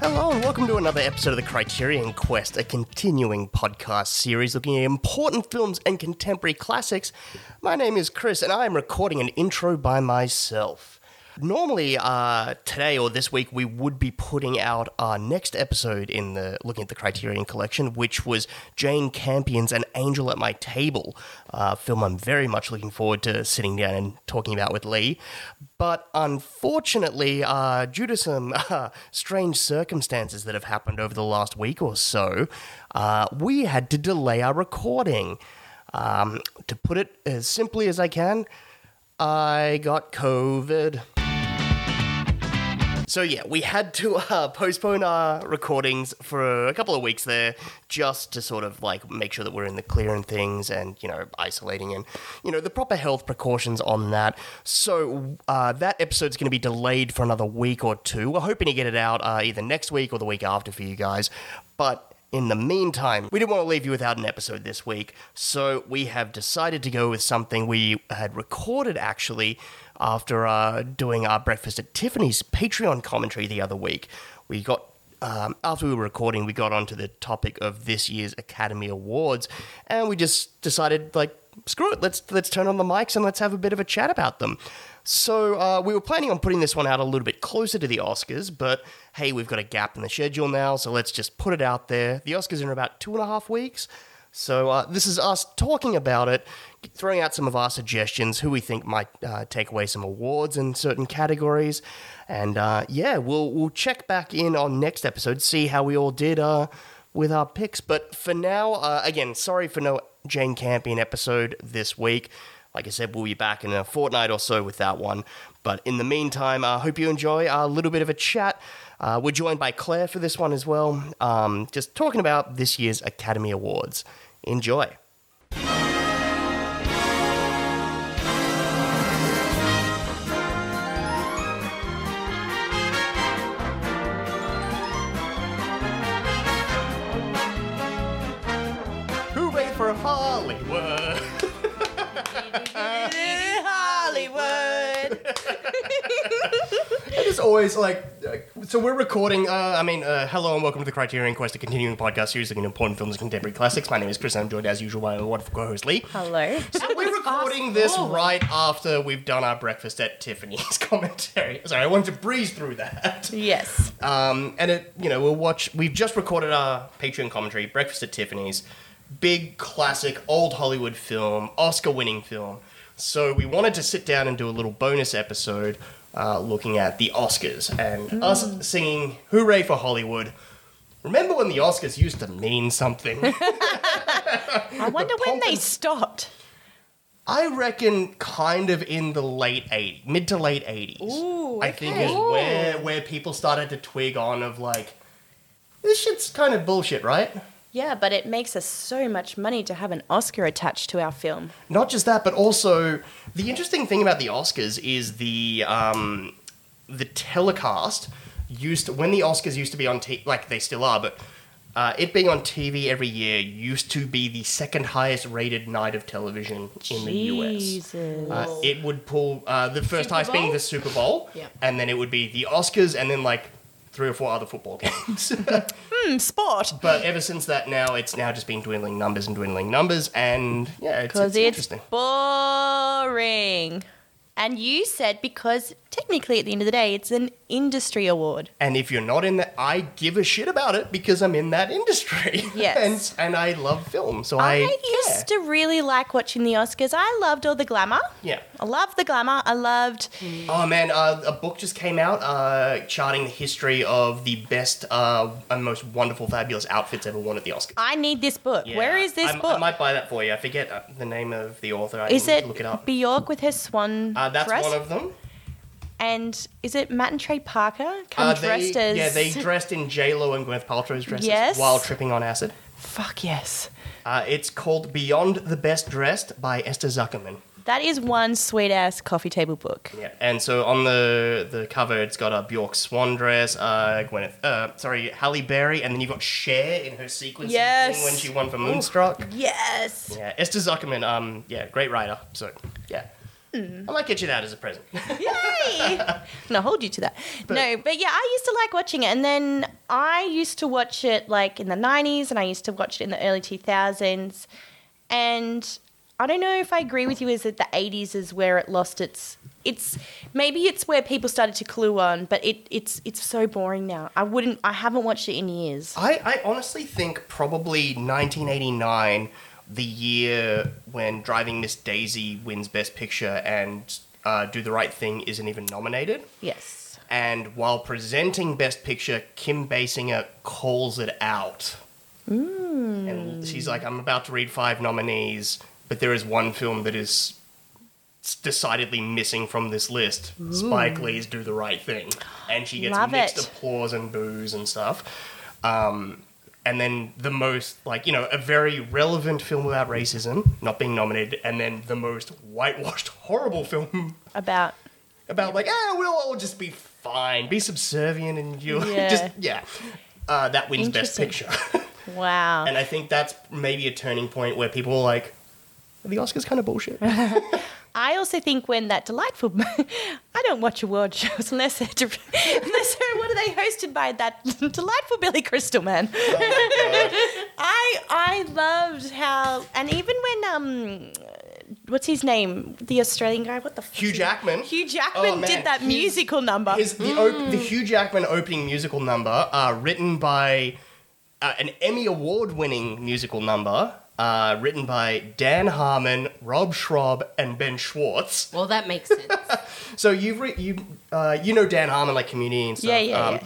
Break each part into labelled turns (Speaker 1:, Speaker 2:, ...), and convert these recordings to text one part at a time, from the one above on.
Speaker 1: Hello, and welcome to another episode of the Criterion Quest, a continuing podcast series looking at important films and contemporary classics. My name is Chris, and I am recording an intro by myself. Normally, uh, today or this week, we would be putting out our next episode in the looking at the Criterion Collection, which was Jane Campion's "An Angel at My Table," uh, film I'm very much looking forward to sitting down and talking about with Lee. But unfortunately, uh, due to some uh, strange circumstances that have happened over the last week or so, uh, we had to delay our recording. Um, to put it as simply as I can, I got COVID. So yeah, we had to uh, postpone our recordings for a couple of weeks there, just to sort of like make sure that we're in the clear and things, and you know, isolating and you know the proper health precautions on that. So uh, that episode's going to be delayed for another week or two. We're hoping to get it out uh, either next week or the week after for you guys, but. In the meantime, we didn't want to leave you without an episode this week, so we have decided to go with something we had recorded actually after uh, doing our Breakfast at Tiffany's Patreon commentary the other week. We got, um, after we were recording, we got onto the topic of this year's Academy Awards, and we just decided, like, screw it, let's, let's turn on the mics and let's have a bit of a chat about them. So uh, we were planning on putting this one out a little bit closer to the Oscars, but hey, we've got a gap in the schedule now, so let's just put it out there. The Oscars are in about two and a half weeks. So uh, this is us talking about it, throwing out some of our suggestions, who we think might uh, take away some awards in certain categories, and uh, yeah, we'll we'll check back in on next episode, see how we all did uh, with our picks. But for now, uh, again, sorry for no Jane Campion episode this week. Like I said, we'll be back in a fortnight or so with that one. But in the meantime, I hope you enjoy our little bit of a chat. Uh, we're joined by Claire for this one as well, um, just talking about this year's Academy Awards. Enjoy. Hooray for Hollywood!
Speaker 2: Hollywood.
Speaker 1: It's always like, like, so we're recording. Uh, I mean, uh, hello and welcome to the Criterion Quest, a continuing podcast series looking at important films and contemporary classics. My name is Chris, and I'm joined as usual by my wonderful co-host Lee.
Speaker 2: Hello.
Speaker 1: So we're recording this right after we've done our breakfast at Tiffany's commentary. Sorry, I wanted to breeze through that.
Speaker 2: Yes.
Speaker 1: Um, and it, you know, we'll watch. We've just recorded our Patreon commentary, Breakfast at Tiffany's, big classic old Hollywood film, Oscar-winning film. So we wanted to sit down and do a little bonus episode, uh, looking at the Oscars and
Speaker 2: Hmm.
Speaker 1: us singing "Hooray for Hollywood." Remember when the Oscars used to mean something?
Speaker 2: I wonder when
Speaker 1: pomp
Speaker 2: they
Speaker 1: and-
Speaker 2: stopped.
Speaker 1: I reckon kind of in the late 80s, mid to late 80s.
Speaker 2: Ooh,
Speaker 1: I think
Speaker 2: okay.
Speaker 1: is
Speaker 2: Ooh.
Speaker 1: where where people started to twig on of like this shit's kind of bullshit, right?
Speaker 2: Yeah, but it makes us so much money to have an Oscar attached to our film.
Speaker 1: Not just that, but also the interesting thing about the Oscars is the um, the telecast used to, when the Oscars used to be on t- like they still are, but uh, it being on TV every year used to be the second highest rated night of television in the US.
Speaker 2: Jesus.
Speaker 1: Uh,
Speaker 3: Whoa.
Speaker 1: it would pull uh, the first
Speaker 3: Super
Speaker 1: highest being
Speaker 3: Bowl?
Speaker 1: the Super Bowl,
Speaker 3: Yeah.
Speaker 1: and then it would be the Oscars, and then like three or four other football games.
Speaker 2: Hmm, sport.
Speaker 1: but ever since that, now it's now just been dwindling numbers and dwindling numbers, and yeah, it's,
Speaker 2: Because
Speaker 1: it's
Speaker 2: it's,
Speaker 1: interesting.
Speaker 2: boring. And you said because technically at the end of the day, it's an industry award.
Speaker 1: And if you're not in that, I give a shit about it because I'm in that industry.
Speaker 2: Yes.
Speaker 1: and and I love film, so
Speaker 2: I,
Speaker 1: I,
Speaker 2: used to really like watching the Oscars. I loved all the glamour.
Speaker 1: yeah.
Speaker 2: I loved the glamour. I loved.
Speaker 1: Oh man, uh, a book just came out uh, charting the history of the best uh, and most wonderful, fabulous outfits ever worn at the Oscars.
Speaker 2: I need this book. Where
Speaker 1: Yeah.
Speaker 2: is this
Speaker 1: I,
Speaker 2: book?
Speaker 1: I might buy that for you. I forget uh, the name of the author. I
Speaker 2: Is
Speaker 1: didn't
Speaker 2: it
Speaker 1: look it up?
Speaker 2: Bjork with her swan
Speaker 1: Uh, that's
Speaker 2: dress?
Speaker 1: one of them.
Speaker 2: and is it Matt and Trey Parker come
Speaker 1: Uh,
Speaker 2: dressed
Speaker 1: they,
Speaker 2: as?
Speaker 1: yeah, they dressed in J Lo and Gwyneth Paltrow's dresses
Speaker 2: Yes.
Speaker 1: while tripping on acid.
Speaker 2: Fuck yes,
Speaker 1: Uh, it's called Beyond the Best Dressed by Esther Zuckerman.
Speaker 2: that is one sweet ass coffee table book.
Speaker 1: Yeah, and so on the the cover, it's got a Bjork swan dress, uh, Gwyneth, uh, sorry, Halle Berry, and then you've got Cher in her sequence
Speaker 2: Yes.
Speaker 1: when she won for Moonstruck.
Speaker 2: Yes.
Speaker 1: Yeah, Esther Zuckerman. Um, yeah, great writer. So yeah, I might get you that as a present.
Speaker 2: Yay! no, hold you to that. no, but yeah, I used to like watching it, and then I used to watch it like in the '90s, and I used to watch it in the early 2000s. And I don't know if I agree with you. Is that the '80s is where it lost its? It's maybe it's where people started to clue on, but it it's it's so boring now. I wouldn't. I haven't watched it in years.
Speaker 1: I, I honestly think probably 1989, the year when Driving Miss Daisy wins Best Picture and uh, Do the Right Thing isn't even nominated.
Speaker 2: Yes.
Speaker 1: And while presenting Best Picture, Kim Basinger calls it out.
Speaker 2: Mm.
Speaker 1: And she's like, I'm about to read five nominees, but there is one film that is s- decidedly missing from this list. Spike Lee's Do the Right Thing. And she gets
Speaker 2: Love
Speaker 1: mixed
Speaker 2: it.
Speaker 1: applause and boos and stuff. Um, and then the most, like, you know, a very relevant film about racism not being nominated, and then the most whitewashed, horrible film
Speaker 2: About
Speaker 1: about like, eh, we'll all just be fine, be subservient, and you
Speaker 2: Yeah.
Speaker 1: just yeah. Uh, that wins best
Speaker 2: Interesting.
Speaker 1: picture,
Speaker 2: wow.
Speaker 1: and I think that's maybe a turning point where people are like, the Oscars kind of
Speaker 2: Oh
Speaker 1: bullshit.
Speaker 2: I also think when that delightful, I don't watch award shows unless they're, unless they're what are they hosted by that delightful Billy Crystal man.
Speaker 1: Oh
Speaker 2: I I loved how and even when um, what's his name, the Australian guy, what the fuck
Speaker 1: Hugh
Speaker 2: is-
Speaker 1: Jackman.
Speaker 2: Hugh Hmm. Jackman
Speaker 1: Oh, man.
Speaker 2: did that
Speaker 1: His-
Speaker 2: musical number.
Speaker 1: Is the op- the Hugh Jackman opening musical number uh, written by uh, an Emmy award winning musical number uh, written by Dan Harmon, Rob Schraub, and Ben Schwartz?
Speaker 3: Well, that makes sense.
Speaker 1: So you've re- you uh, you know Dan Harmon like community and stuff.
Speaker 2: Yeah, yeah, yeah.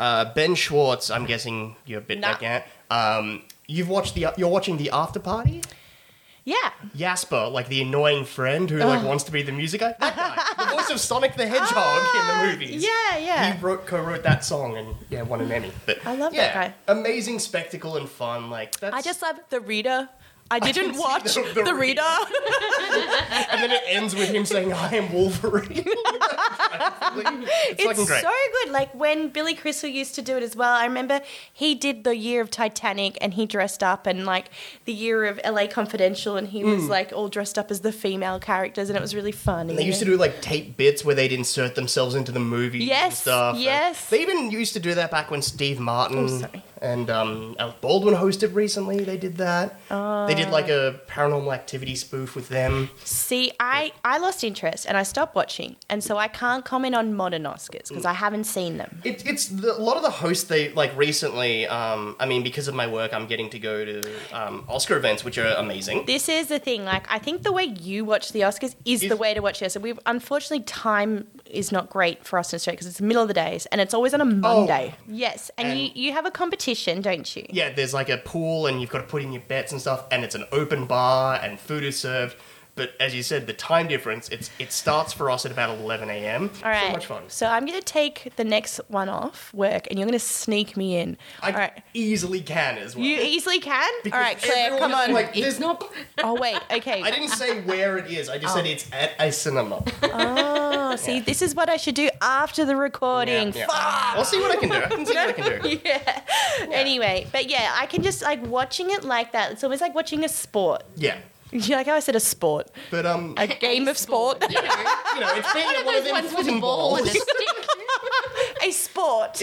Speaker 1: Uh, ben Schwartz, I'm guessing you're a bit
Speaker 2: Nah.
Speaker 1: like that. Um, you've watched the you're watching the after party.
Speaker 2: yeah,
Speaker 1: Jasper, like the annoying friend who like wants to be the music guy. That guy, the voice of Sonic the Hedgehog in the movies.
Speaker 2: Ah, yeah, yeah.
Speaker 1: He wrote, co-wrote that song and yeah, won an Emmy. But
Speaker 2: I love
Speaker 1: yeah,
Speaker 2: that guy.
Speaker 1: Amazing spectacle and fun. Like that's,
Speaker 2: I just love the reader. I didn't
Speaker 1: see
Speaker 2: watch
Speaker 1: the-
Speaker 2: the,
Speaker 1: the
Speaker 2: reader.
Speaker 1: and then it ends with him saying, "I am Wolverine." it's,
Speaker 2: It's
Speaker 1: fucking great.
Speaker 2: so good. Like when Billy Crystal used to do it as well. I remember he did the year of Titanic and he dressed up and like the year of LA Confidential and he was like all dressed up as the female characters and it was really fun.
Speaker 1: Mm. They used to do like tape bits where they'd insert themselves into the movies and
Speaker 2: Yes,
Speaker 1: stuff. and
Speaker 2: yes. Oh,
Speaker 1: They even used to do that back when Steve Martin
Speaker 2: sorry.
Speaker 1: and um, Alec Baldwin hosted recently. They did that. They did like
Speaker 2: Oh.
Speaker 1: a paranormal activity spoof with them.
Speaker 2: See, I, I lost interest and I stopped watching and so I can't comment on modern Oscars because I haven't seen them.
Speaker 1: It, it's the, a lot of the hosts they like recently. Um, I mean, because of my work, I'm getting to go to um, Oscar events, which are amazing.
Speaker 2: This is the thing. Like, I think the way you watch the Oscars is
Speaker 1: Is-
Speaker 2: the way to watch it. So we unfortunately time is not great for us in Australia because it's the middle of the days and it's always on a Monday. Yes, and,
Speaker 1: Oh. And-
Speaker 2: you you have a competition, don't you?
Speaker 1: Yeah, there's like a pool, and you've got to put in your bets and stuff, and it's an open bar, and food is served. But as you said, the time difference, it's, it starts for us at about 11 a.m.
Speaker 2: All right.
Speaker 1: So much fun.
Speaker 2: So I'm gonna take the next one off work, and you're gonna sneak me in.
Speaker 1: I
Speaker 2: All right.
Speaker 1: easily can as well.
Speaker 2: You easily can.
Speaker 1: Because
Speaker 2: All right, Claire,
Speaker 1: everyone
Speaker 2: come
Speaker 1: is
Speaker 2: on.
Speaker 1: Like,
Speaker 3: it's
Speaker 1: there's,
Speaker 3: not.
Speaker 2: oh wait, okay.
Speaker 1: I didn't say where it is. I just said it's at a cinema.
Speaker 2: Oh, see, this is what I should do after the recording.
Speaker 1: Yeah, yeah. I'll see what I can do. I can see what I can do.
Speaker 2: yeah. Anyway, but yeah, I can just like watching it like that. It's almost like watching a sport.
Speaker 1: Yeah.
Speaker 2: You like how I said a sport,
Speaker 1: But um,
Speaker 2: a game of sport,
Speaker 3: You know,
Speaker 1: you know, it's being at one
Speaker 3: one
Speaker 1: of
Speaker 3: of those
Speaker 1: them
Speaker 3: ones with a
Speaker 1: footy
Speaker 3: ball and a
Speaker 1: balls.
Speaker 3: stick.
Speaker 2: a sport.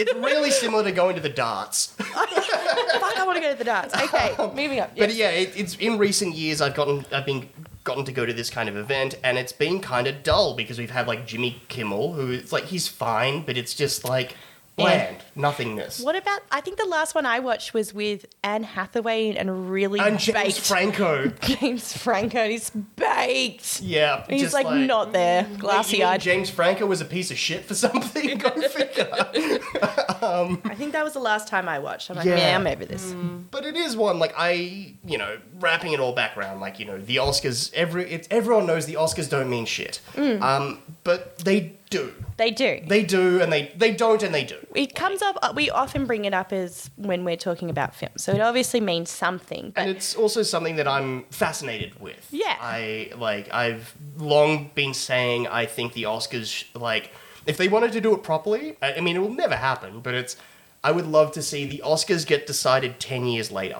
Speaker 1: It's really similar to going to the darts.
Speaker 2: Fuck, I want to go to the dance. Okay, moving on.
Speaker 1: Um, But
Speaker 2: Yes.
Speaker 1: yeah, it, it's in recent years I've gotten I've been gotten to go to this kind of event, and it's been kind of dull because we've had like Jimmy Kimmel, who it's like he's fine, but it's just like bland, nothingness.
Speaker 2: What about? I think the last one I watched was with Anne Hathaway and really
Speaker 1: And James
Speaker 2: baked
Speaker 1: Franco,
Speaker 2: James Franco. and He's baked.
Speaker 1: yeah,
Speaker 2: He's
Speaker 1: just
Speaker 2: like, not there,
Speaker 1: Wait, you mean
Speaker 2: glassy eyed.
Speaker 1: James Franco was a piece of shit for something. Go figure.
Speaker 2: I think that was the last time I watched. I'm like,
Speaker 1: Yeah. Mm.
Speaker 2: yeah, I'm over this.
Speaker 1: But it is one like I, you know, wrapping it all back around. Like you know, the Oscars. Every it's everyone knows the Oscars don't mean shit.
Speaker 2: Mm.
Speaker 1: Um, but they do.
Speaker 2: They do.
Speaker 1: They do, and they they don't, and they do.
Speaker 2: it comes up. uh, We often bring it up as when we're talking about film, so it obviously means something. But
Speaker 1: And it's also something that I'm fascinated with.
Speaker 2: Yeah.
Speaker 1: I like I've long been saying I think the Oscars sh- like if they wanted to do it properly, I, I mean it will never happen, but it's I would love to see the Oscars get decided 10 years later.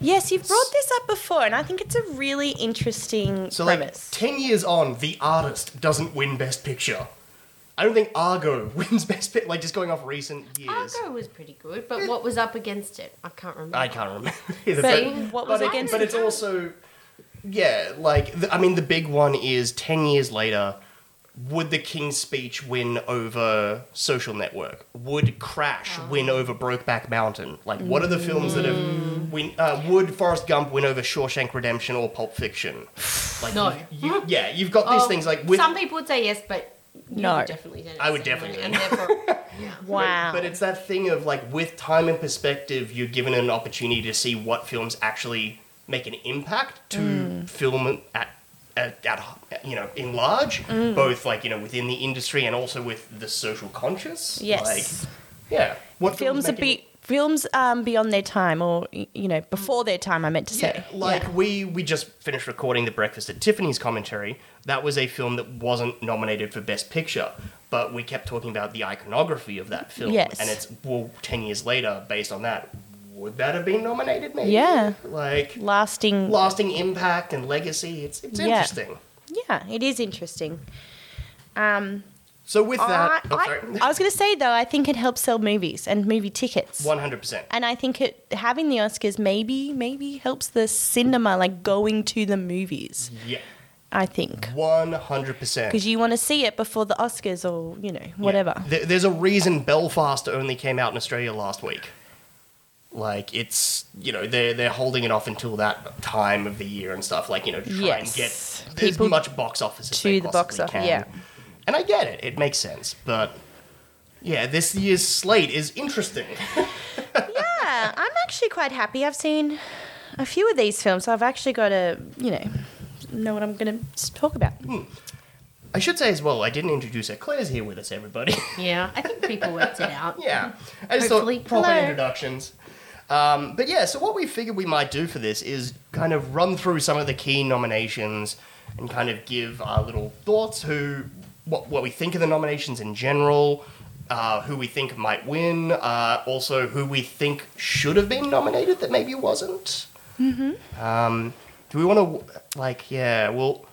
Speaker 2: Yes, you've brought this up before, and I think it's a really interesting
Speaker 1: So, like,
Speaker 2: premise.
Speaker 1: 10 years on, The Artist doesn't win Best Picture. I don't think Argo wins Best Picture, like, just going off recent years.
Speaker 3: Argo was pretty good, but what was up against it? I can't remember.
Speaker 1: I can't remember either.
Speaker 2: But what was
Speaker 1: but
Speaker 2: against
Speaker 1: But
Speaker 2: it?
Speaker 1: it's also, yeah, like, the, I mean, the big one is 10 years later, would The King's Speech win over Social Network? Would Crash
Speaker 2: Oh.
Speaker 1: win over Brokeback Mountain? Like, what are the films that
Speaker 2: Mm.
Speaker 1: have. Win, uh, would Forrest Gump win over Shawshank Redemption or Pulp Fiction? Like,
Speaker 3: No.
Speaker 1: You, yeah, you've got these
Speaker 3: Oh,
Speaker 1: things, like, with.
Speaker 3: some people would say yes, but you
Speaker 2: No.
Speaker 3: would definitely say
Speaker 1: I would
Speaker 3: yes,
Speaker 1: definitely
Speaker 3: And
Speaker 1: say
Speaker 3: therefore, yeah.
Speaker 2: wow.
Speaker 1: But it's that thing of like with time and perspective, you're given an opportunity to see what films actually make an impact to
Speaker 2: Mm.
Speaker 1: film at, at, at you know in large,
Speaker 2: Mm.
Speaker 1: both like you know within the industry and also with the social conscious.
Speaker 2: yes.
Speaker 1: Like, yeah. What
Speaker 2: films are
Speaker 1: make an-
Speaker 2: be films um, beyond their time, or y- you know, before their time. I meant to
Speaker 1: Yeah,
Speaker 2: say.
Speaker 1: like we we just finished recording the Breakfast at Tiffany's commentary. That was a film that wasn't nominated for Best Picture, but we kept talking about the iconography of that film,
Speaker 2: Yes.
Speaker 1: and it's well ten years later based on that. Would that have been nominated? Maybe.
Speaker 2: Yeah.
Speaker 1: Like
Speaker 2: lasting.
Speaker 1: lasting impact and legacy. It's it's
Speaker 2: Yeah.
Speaker 1: interesting.
Speaker 2: yeah, it is interesting. Um,
Speaker 1: So with
Speaker 2: I,
Speaker 1: that,
Speaker 2: Uh,
Speaker 1: oh,
Speaker 2: I- I was going to say though, I think it helps sell movies and movie tickets.
Speaker 1: one hundred percent.
Speaker 2: And I think it having the Oscars maybe maybe helps the cinema like going to the movies.
Speaker 1: Yeah.
Speaker 2: I think
Speaker 1: One hundred percent.
Speaker 2: because you want to see it before the Oscars or you know whatever.
Speaker 1: There- There's a reason Belfast only came out in Australia last week. Like it's you know they're they're holding it off until that time of the year and stuff like you know to try
Speaker 2: Yes.
Speaker 1: and get as
Speaker 2: People
Speaker 1: much box office as
Speaker 2: to
Speaker 1: they
Speaker 2: the box
Speaker 1: possibly
Speaker 2: office,
Speaker 1: can. and I get it. It makes sense, but yeah, this year's slate is interesting.
Speaker 2: Yeah, I'm actually quite happy. I've seen a few of these films, so I've actually got to, you know, know what I'm going to talk about.
Speaker 1: Hmm. I should say as well, I didn't introduce her. Claire's here with us, everybody.
Speaker 3: yeah, I think people worked it out.
Speaker 1: Yeah. I just
Speaker 3: Hopefully.
Speaker 1: thought proper
Speaker 2: Hello.
Speaker 1: introductions. Um, but yeah, so what we figured we might do for this is kind of run through some of the key nominations and kind of give our little thoughts who what what we think of the nominations in general, uh, who we think might win, uh, also who we think should have been nominated that maybe wasn't. Um, do we want to like yeah? Well,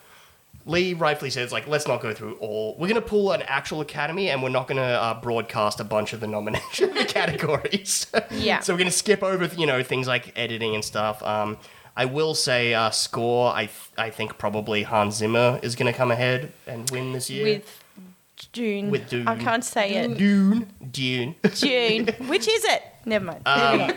Speaker 1: Lee rightfully says like let's not go through all. We're gonna pull an actual academy and we're not gonna uh, broadcast a bunch of the nomination the categories.
Speaker 2: Yeah.
Speaker 1: so we're gonna skip over you know things like editing and stuff. Um, I will say uh, score. I th- I think probably Hans Zimmer is gonna come ahead and win this year
Speaker 2: With June.
Speaker 1: With Dune.
Speaker 2: I can't say it.
Speaker 1: Dune. Dune.
Speaker 2: June. Which is it? Never mind.
Speaker 1: Uh,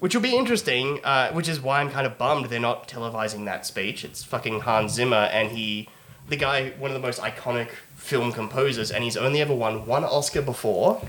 Speaker 1: Which will be interesting, uh, which is why I'm kind of bummed they're not televising that speech. It's fucking Hans Zimmer, and he, the guy, one of the most iconic film composers, and he's only ever won one Oscar before.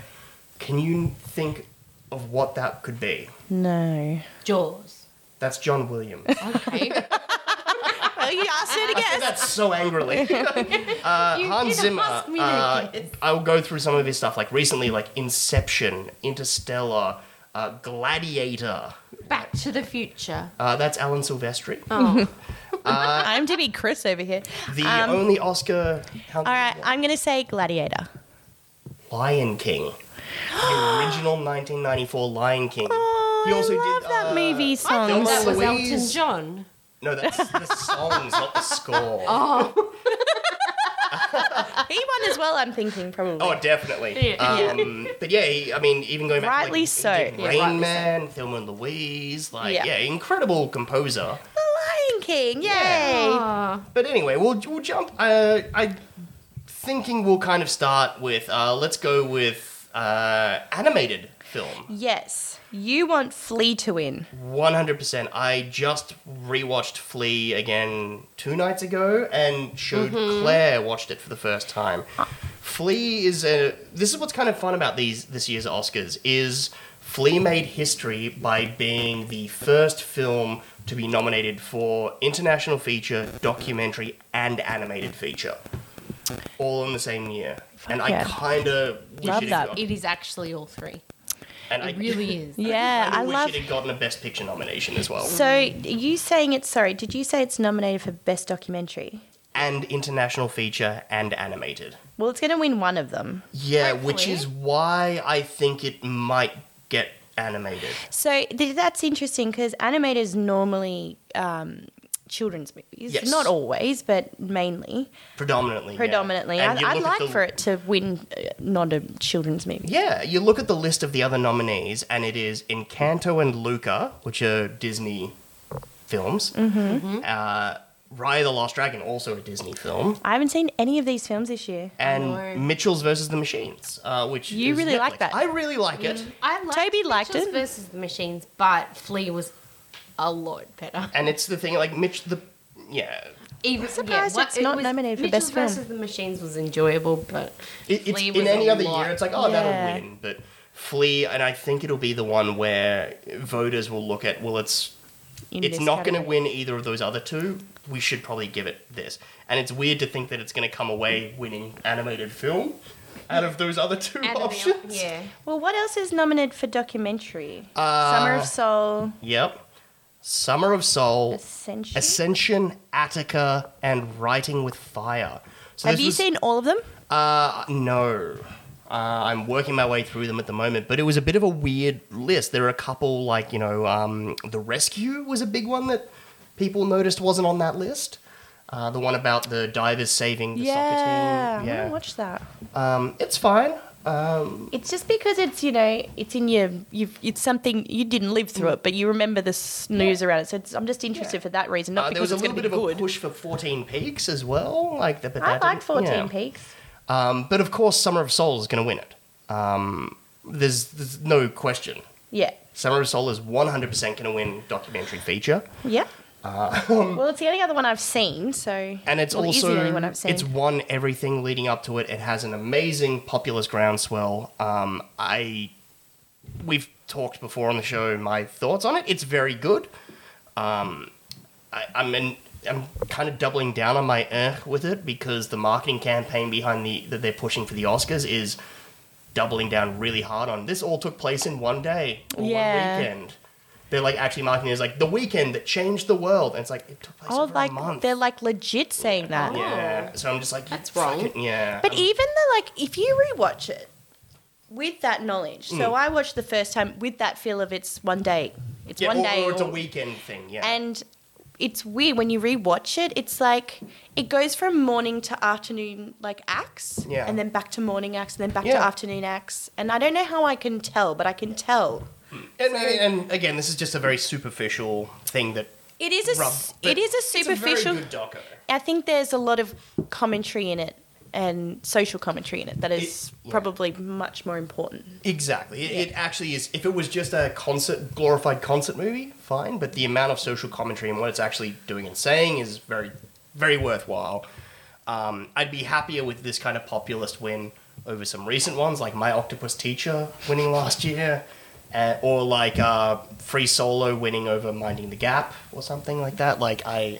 Speaker 1: Can you think of what that could be?
Speaker 2: no.
Speaker 3: Jaws.
Speaker 1: That's John Williams.
Speaker 3: Okay.
Speaker 2: Oh, you asked her to
Speaker 1: I said
Speaker 2: guess.
Speaker 1: that so angrily. uh,
Speaker 3: You
Speaker 1: Hans
Speaker 3: did
Speaker 1: Zimmer.
Speaker 3: ask me to
Speaker 1: uh,
Speaker 3: guess.
Speaker 1: I'll go through some of his stuff, like recently, like Inception, Interstellar, uh, Gladiator.
Speaker 3: Back to the Future.
Speaker 1: Uh, that's Alan Silvestri.
Speaker 3: Oh,
Speaker 2: I'm to be Chris over here.
Speaker 1: The
Speaker 2: Um,
Speaker 1: only Oscar. All
Speaker 2: All right, I'm going to say Gladiator.
Speaker 1: Lion King. The original 1994 Lion King.
Speaker 2: Oh,
Speaker 1: He also did,
Speaker 2: I love that
Speaker 1: uh,
Speaker 2: movie
Speaker 3: I
Speaker 2: song.
Speaker 3: thought
Speaker 1: Thelma
Speaker 3: that was Elton
Speaker 1: Louise.
Speaker 3: John.
Speaker 1: No, that's the songs, not the score. Oh,
Speaker 3: Oh,
Speaker 2: He won as well, I'm thinking, probably.
Speaker 1: Oh. definitely.
Speaker 3: Yeah.
Speaker 1: Um, but yeah, he, I mean, even going back
Speaker 2: Rightly
Speaker 1: to like, he did
Speaker 2: so.
Speaker 3: Yeah,
Speaker 1: Rain
Speaker 3: rightly so.
Speaker 1: Man, Thelma and Louise, like yeah.
Speaker 2: Yeah.
Speaker 1: incredible composer.
Speaker 2: The Lion King, yay!
Speaker 3: oh.
Speaker 1: But anyway, we'll we'll jump. Uh, I thinking we'll kind of start with uh, let's go with uh, animated film.
Speaker 2: Yes, you want Flea to win.
Speaker 1: One hundred percent. I just rewatched Flea again two nights ago and showed
Speaker 2: Mm-hmm.
Speaker 1: Claire watched it for the first time.
Speaker 2: Ah.
Speaker 1: Flea is a. This is what's kind of fun about these this year's Oscars is Flea made history by being the first film to be nominated for international feature, documentary, and animated feature, all in the same year. And I
Speaker 2: yeah.
Speaker 1: kind of wish
Speaker 2: Love
Speaker 1: it
Speaker 2: that.
Speaker 1: had got-
Speaker 3: it is actually all three.
Speaker 1: and I
Speaker 3: It really is.
Speaker 2: Yeah,
Speaker 1: kinda
Speaker 2: I
Speaker 1: wish
Speaker 2: love.
Speaker 1: it had gotten a Best Picture nomination as well.
Speaker 2: So you saying it's sorry? Did you say it's nominated for best documentary?
Speaker 1: and international feature and animated.
Speaker 2: Well, it's going to win one of them.
Speaker 1: Yeah, which
Speaker 3: Hopefully.
Speaker 1: is why I think it might get animated.
Speaker 2: So th- that's interesting because animated is normally um, children's movies.
Speaker 1: Yes.
Speaker 2: Not always, but mainly,
Speaker 1: Predominantly. yeah.
Speaker 2: predominantly.
Speaker 1: And
Speaker 2: I'd,
Speaker 1: you
Speaker 2: I'd
Speaker 1: look at
Speaker 2: like
Speaker 1: the-
Speaker 2: for it to win uh, not a children's movie.
Speaker 1: Yeah, you look at the list of the other nominees, and it is Encanto and Luca, which are Disney films. Mm-hmm. Uh, Raya the Lost Dragon, also a Disney film.
Speaker 2: I haven't seen any of these films this year.
Speaker 1: And
Speaker 3: Lord.
Speaker 1: Mitchell's versus the Machines, uh, which
Speaker 2: You
Speaker 1: is
Speaker 2: really like
Speaker 1: Netflix.
Speaker 2: that. Mm-hmm.
Speaker 1: I really like it,
Speaker 3: I liked
Speaker 2: Toby liked
Speaker 3: Mitchell's
Speaker 2: it.
Speaker 3: versus the machines, but Flea was a lot better.
Speaker 1: and it's the thing like Mitch the yeah.
Speaker 3: Even
Speaker 2: surprised
Speaker 3: what-
Speaker 2: it's
Speaker 3: it
Speaker 2: not
Speaker 3: was-
Speaker 2: nominated for
Speaker 3: Mitchell's
Speaker 2: best film.
Speaker 3: versus the machines was enjoyable, but
Speaker 1: It, it's
Speaker 3: Flea
Speaker 1: in
Speaker 3: was
Speaker 1: any
Speaker 3: a
Speaker 1: other
Speaker 3: lot.
Speaker 1: year, it's like oh
Speaker 2: Yeah.
Speaker 1: that'll win, but Flea, and I think it'll be the one where voters will look at well, it's
Speaker 2: in
Speaker 1: it's
Speaker 2: this
Speaker 1: not going to
Speaker 2: category.
Speaker 1: win either of those other two. We should probably give it this. And it's weird to think that it's going to come away winning animated film out of those other two
Speaker 3: Annabelle-
Speaker 1: options.
Speaker 3: yeah.
Speaker 2: Well, what else is nominated for documentary?
Speaker 1: Uh,
Speaker 2: Summer of Soul,
Speaker 1: Yep. Summer of Soul,
Speaker 2: Ascension.
Speaker 1: Ascension, Attica, and Writing with Fire. So
Speaker 2: Have
Speaker 1: this
Speaker 2: you
Speaker 1: was-
Speaker 2: seen all of them?
Speaker 1: Uh, no. Uh, I'm working my way through them at the moment, but it was a bit of a weird list. There are a couple, like, you know, um, The Rescue was a big one that people noticed wasn't on that list. Uh, the one about the divers saving the
Speaker 2: yeah,
Speaker 1: soccer team.
Speaker 2: I want to
Speaker 1: Yeah.
Speaker 2: watch that.
Speaker 1: Um, it's fine.
Speaker 2: It's just because it's you know it's in your you've it's something you didn't live through it, but you remember the s- news around it. So it's, I'm just interested
Speaker 1: Yeah.
Speaker 2: for that reason, not
Speaker 1: Uh, there
Speaker 2: because
Speaker 1: was a
Speaker 2: it's
Speaker 1: little
Speaker 2: going
Speaker 1: bit
Speaker 2: to
Speaker 1: of
Speaker 2: be
Speaker 1: a
Speaker 2: good.
Speaker 1: push for 14 Peaks as well. Like the, but
Speaker 2: I
Speaker 1: that
Speaker 2: liked
Speaker 1: didn't-
Speaker 2: Fourteen
Speaker 1: yeah.
Speaker 2: Peaks.
Speaker 1: Um, but of course, Summer of Soul is going to win it. Um, there's, there's no question.
Speaker 2: Yeah,
Speaker 1: Summer of Soul is 100% going to win documentary feature.
Speaker 2: yeah. well, it's the only other one I've seen, so
Speaker 1: Uh, um, and it's
Speaker 2: well, it is
Speaker 1: also
Speaker 2: the only one I've seen.
Speaker 1: it's won everything leading up to it. It has an amazing populist groundswell. Um, I we've talked before on the show my thoughts on it. It's very good. Um, I, I'm in, I'm kind of doubling down on my eh with it because the marketing campaign behind the that they're pushing for the Oscars is doubling down really hard on this. All took place in one day or
Speaker 2: Yeah.
Speaker 1: one weekend. They're like actually marketing it as like the weekend that changed the world, and it's like it took place
Speaker 2: Oh,
Speaker 1: over a
Speaker 2: like
Speaker 1: month.
Speaker 2: they're like legit saying that.
Speaker 1: Yeah. So I'm just like,
Speaker 3: That's
Speaker 1: fuck
Speaker 3: wrong.
Speaker 1: it, Yeah.
Speaker 2: Oh. But
Speaker 1: I'm-
Speaker 2: even though, like, if you rewatch it with that knowledge,
Speaker 1: Mm.
Speaker 2: so I watched the first time with that feel of it's one day, it's
Speaker 1: yeah,
Speaker 2: one
Speaker 1: or,
Speaker 2: day,
Speaker 1: or it's a
Speaker 2: or-
Speaker 1: weekend thing. Yeah.
Speaker 2: and it's weird when you rewatch it. It's like it goes from morning to afternoon, like acts,
Speaker 1: Yeah.
Speaker 2: and then back to morning acts, and then back to
Speaker 1: Yeah.
Speaker 2: afternoon acts. And I don't know how I can tell, but I can tell.
Speaker 1: and, and and again, this is just a very superficial thing that.
Speaker 2: It is a s-
Speaker 1: rubs- but
Speaker 2: it is a
Speaker 1: It's a
Speaker 2: superficial.
Speaker 1: very good doco.
Speaker 2: I think there's a lot of commentary in it and social commentary in it that is
Speaker 1: It- yeah.
Speaker 2: probably much more important.
Speaker 1: Exactly. It, it actually is. If it was just a concert, glorified concert movie, fine. But the amount of social commentary and what it's actually doing and saying is very, very worthwhile. Um, I'd be happier with this kind of populist win over some recent ones, like My Octopus Teacher winning last year, uh, or like uh, Free Solo winning over Minding the Gap or something like that. Like I,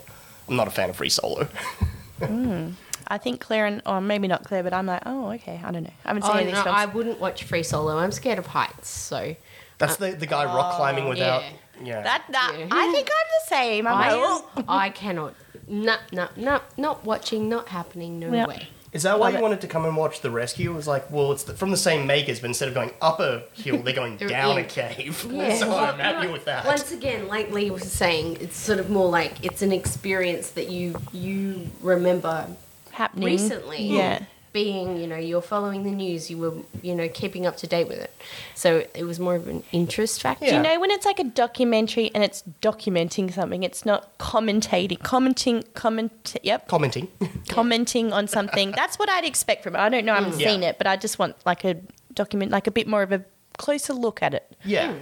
Speaker 1: I'm not a fan of Free Solo.
Speaker 2: I think Claire and, or maybe not Claire, but I'm like, oh, okay, I don't know. I haven't seen
Speaker 3: Oh,
Speaker 2: any of
Speaker 3: no,
Speaker 2: these films.
Speaker 3: I wouldn't watch Free Solo. I'm scared of heights, so
Speaker 1: That's the the guy rock climbing without. Yeah.
Speaker 2: that, that
Speaker 3: Yeah.
Speaker 2: I think I'm the same. I'm
Speaker 3: I,
Speaker 2: like, oh.
Speaker 3: I cannot. No, no, no, not watching, not happening, no
Speaker 2: Yeah.
Speaker 3: way.
Speaker 1: Is that why
Speaker 2: Love
Speaker 1: you
Speaker 2: it.
Speaker 1: wanted to come and watch The Rescue? It was like, well, it's the, from the same makers, but instead of going up a hill, they're going
Speaker 3: They're
Speaker 1: down a
Speaker 3: in.
Speaker 1: cave.
Speaker 3: Yeah.
Speaker 1: So
Speaker 3: Well,
Speaker 1: I'm happy
Speaker 3: no,
Speaker 1: with that.
Speaker 3: Once again, like Lee was saying, it's sort of more like it's an experience that you you remember
Speaker 2: happening
Speaker 3: recently.
Speaker 2: Yeah.
Speaker 3: Being, you know, you're following the news, you were, you know, keeping up to date with it. So it was more of an interest factor.
Speaker 1: Yeah.
Speaker 2: You know when it's like a documentary and it's documenting something, it's not commentating, commenting, comment, yep,
Speaker 1: Commenting.
Speaker 2: commenting on something. That's what I'd expect from it. I don't know, I haven't
Speaker 1: Mm. Yeah.
Speaker 2: seen it, but I just want like a document, like a bit more of a closer look at it.
Speaker 1: yeah.
Speaker 3: Hmm.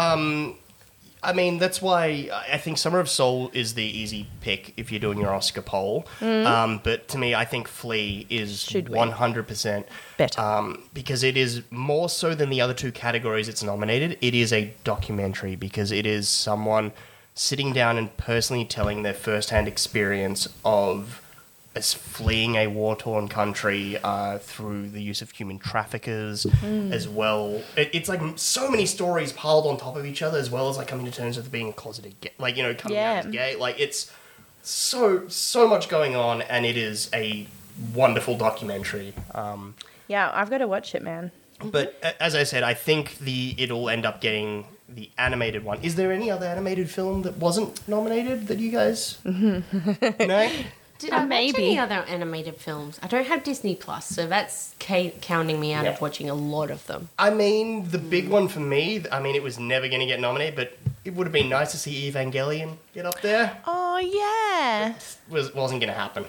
Speaker 1: Um, I mean, that's why I- I think Summer of Soul is the easy pick if you're doing your Oscar poll.
Speaker 3: Hmm.
Speaker 1: Um, but to me, I think Flea is
Speaker 2: Should win.
Speaker 1: 100%.
Speaker 2: Better.
Speaker 1: um, because it is more so than the other two categories it's nominated. It is a documentary because it is someone sitting down and personally telling their firsthand experience of as fleeing a war-torn country uh, through the use of human traffickers as well. It, it's like so many stories piled on top of each other as well as like coming to terms with being a closeted gay, like, you know, coming out as
Speaker 2: Yeah.
Speaker 1: gay. Like it's so, so much going on and it is a wonderful documentary. Um,
Speaker 2: yeah, I've got to watch it, man.
Speaker 1: But a- as I said, I think the it'll end up getting the animated one. Is there any other animated film that wasn't nominated that you guys?
Speaker 2: Mm-hmm.
Speaker 1: no.
Speaker 3: Did
Speaker 2: Uh,
Speaker 3: I watch
Speaker 2: maybe.
Speaker 3: any other animated films? I don't have Disney Plus, so that's ca- counting me out
Speaker 1: Yeah.
Speaker 3: of watching a lot of them.
Speaker 1: I mean, the big one for me. I mean, it was never going to get nominated, but it would have been nice to see Evangelion get up there.
Speaker 2: Oh yeah.
Speaker 1: Was wasn't going to happen.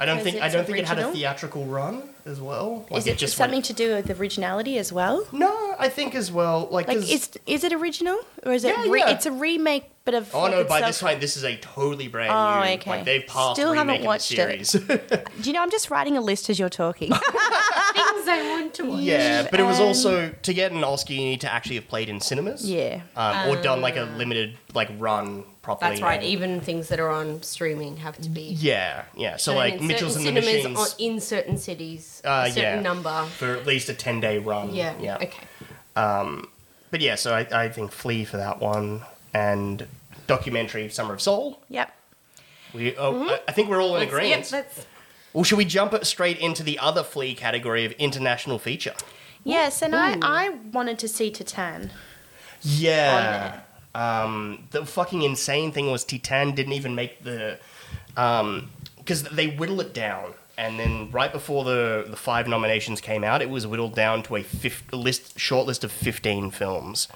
Speaker 1: I don't think. I don't think it had a theatrical run as well. Like,
Speaker 2: Is
Speaker 1: it
Speaker 2: it
Speaker 1: just
Speaker 2: something
Speaker 1: went-
Speaker 2: to do with originality as well?
Speaker 1: No, I think as well. Like,
Speaker 2: Like,
Speaker 1: 'cause-
Speaker 2: is is it original or is it?
Speaker 1: Yeah,
Speaker 2: re-
Speaker 1: yeah.
Speaker 2: It's a remake, but of.
Speaker 1: oh
Speaker 2: like
Speaker 1: no! By this
Speaker 2: itself-
Speaker 1: point, this is a totally brand
Speaker 2: Oh,
Speaker 1: new.
Speaker 2: okay.
Speaker 1: Like they've passed
Speaker 2: Still haven't
Speaker 1: remaking
Speaker 2: watched
Speaker 1: the
Speaker 2: it.
Speaker 1: series.
Speaker 2: Do you know? I'm just writing a list as you're talking.
Speaker 3: Things I want to watch.
Speaker 1: yeah, but it was
Speaker 2: um,
Speaker 1: also to get an Oscar, you need to actually have played in cinemas.
Speaker 2: yeah.
Speaker 1: Um, or done like a limited like run properly.
Speaker 3: Ah. That's right. E- Even things that are on streaming have to be.
Speaker 1: Yeah, yeah. So
Speaker 3: shown
Speaker 1: like
Speaker 3: in
Speaker 1: Mitchell's and the
Speaker 3: certain cinemas
Speaker 1: Machines
Speaker 3: on- in certain cities,
Speaker 1: Uh,
Speaker 3: a certain
Speaker 1: yeah.
Speaker 3: number.
Speaker 1: for at least a ten day run.
Speaker 3: Yeah.
Speaker 1: yeah.
Speaker 3: Okay.
Speaker 1: But yeah, so I, I think Flea for that one and documentary Summer of Soul.
Speaker 2: Yep.
Speaker 1: We oh, I, I think we're all in
Speaker 3: Mm-hmm. Let's-
Speaker 1: agreement.
Speaker 3: yep, that's-
Speaker 1: Well, should we jump it straight into the other flea category of international feature?
Speaker 2: Yes, and I
Speaker 3: Ooh.
Speaker 2: I wanted to see Titan.
Speaker 1: Yeah. Um, the fucking insane thing was Titan didn't even make the, because they whittle it down, and then right before the the five nominations came out, it was whittled down to a fif- a list short list of fifteen films,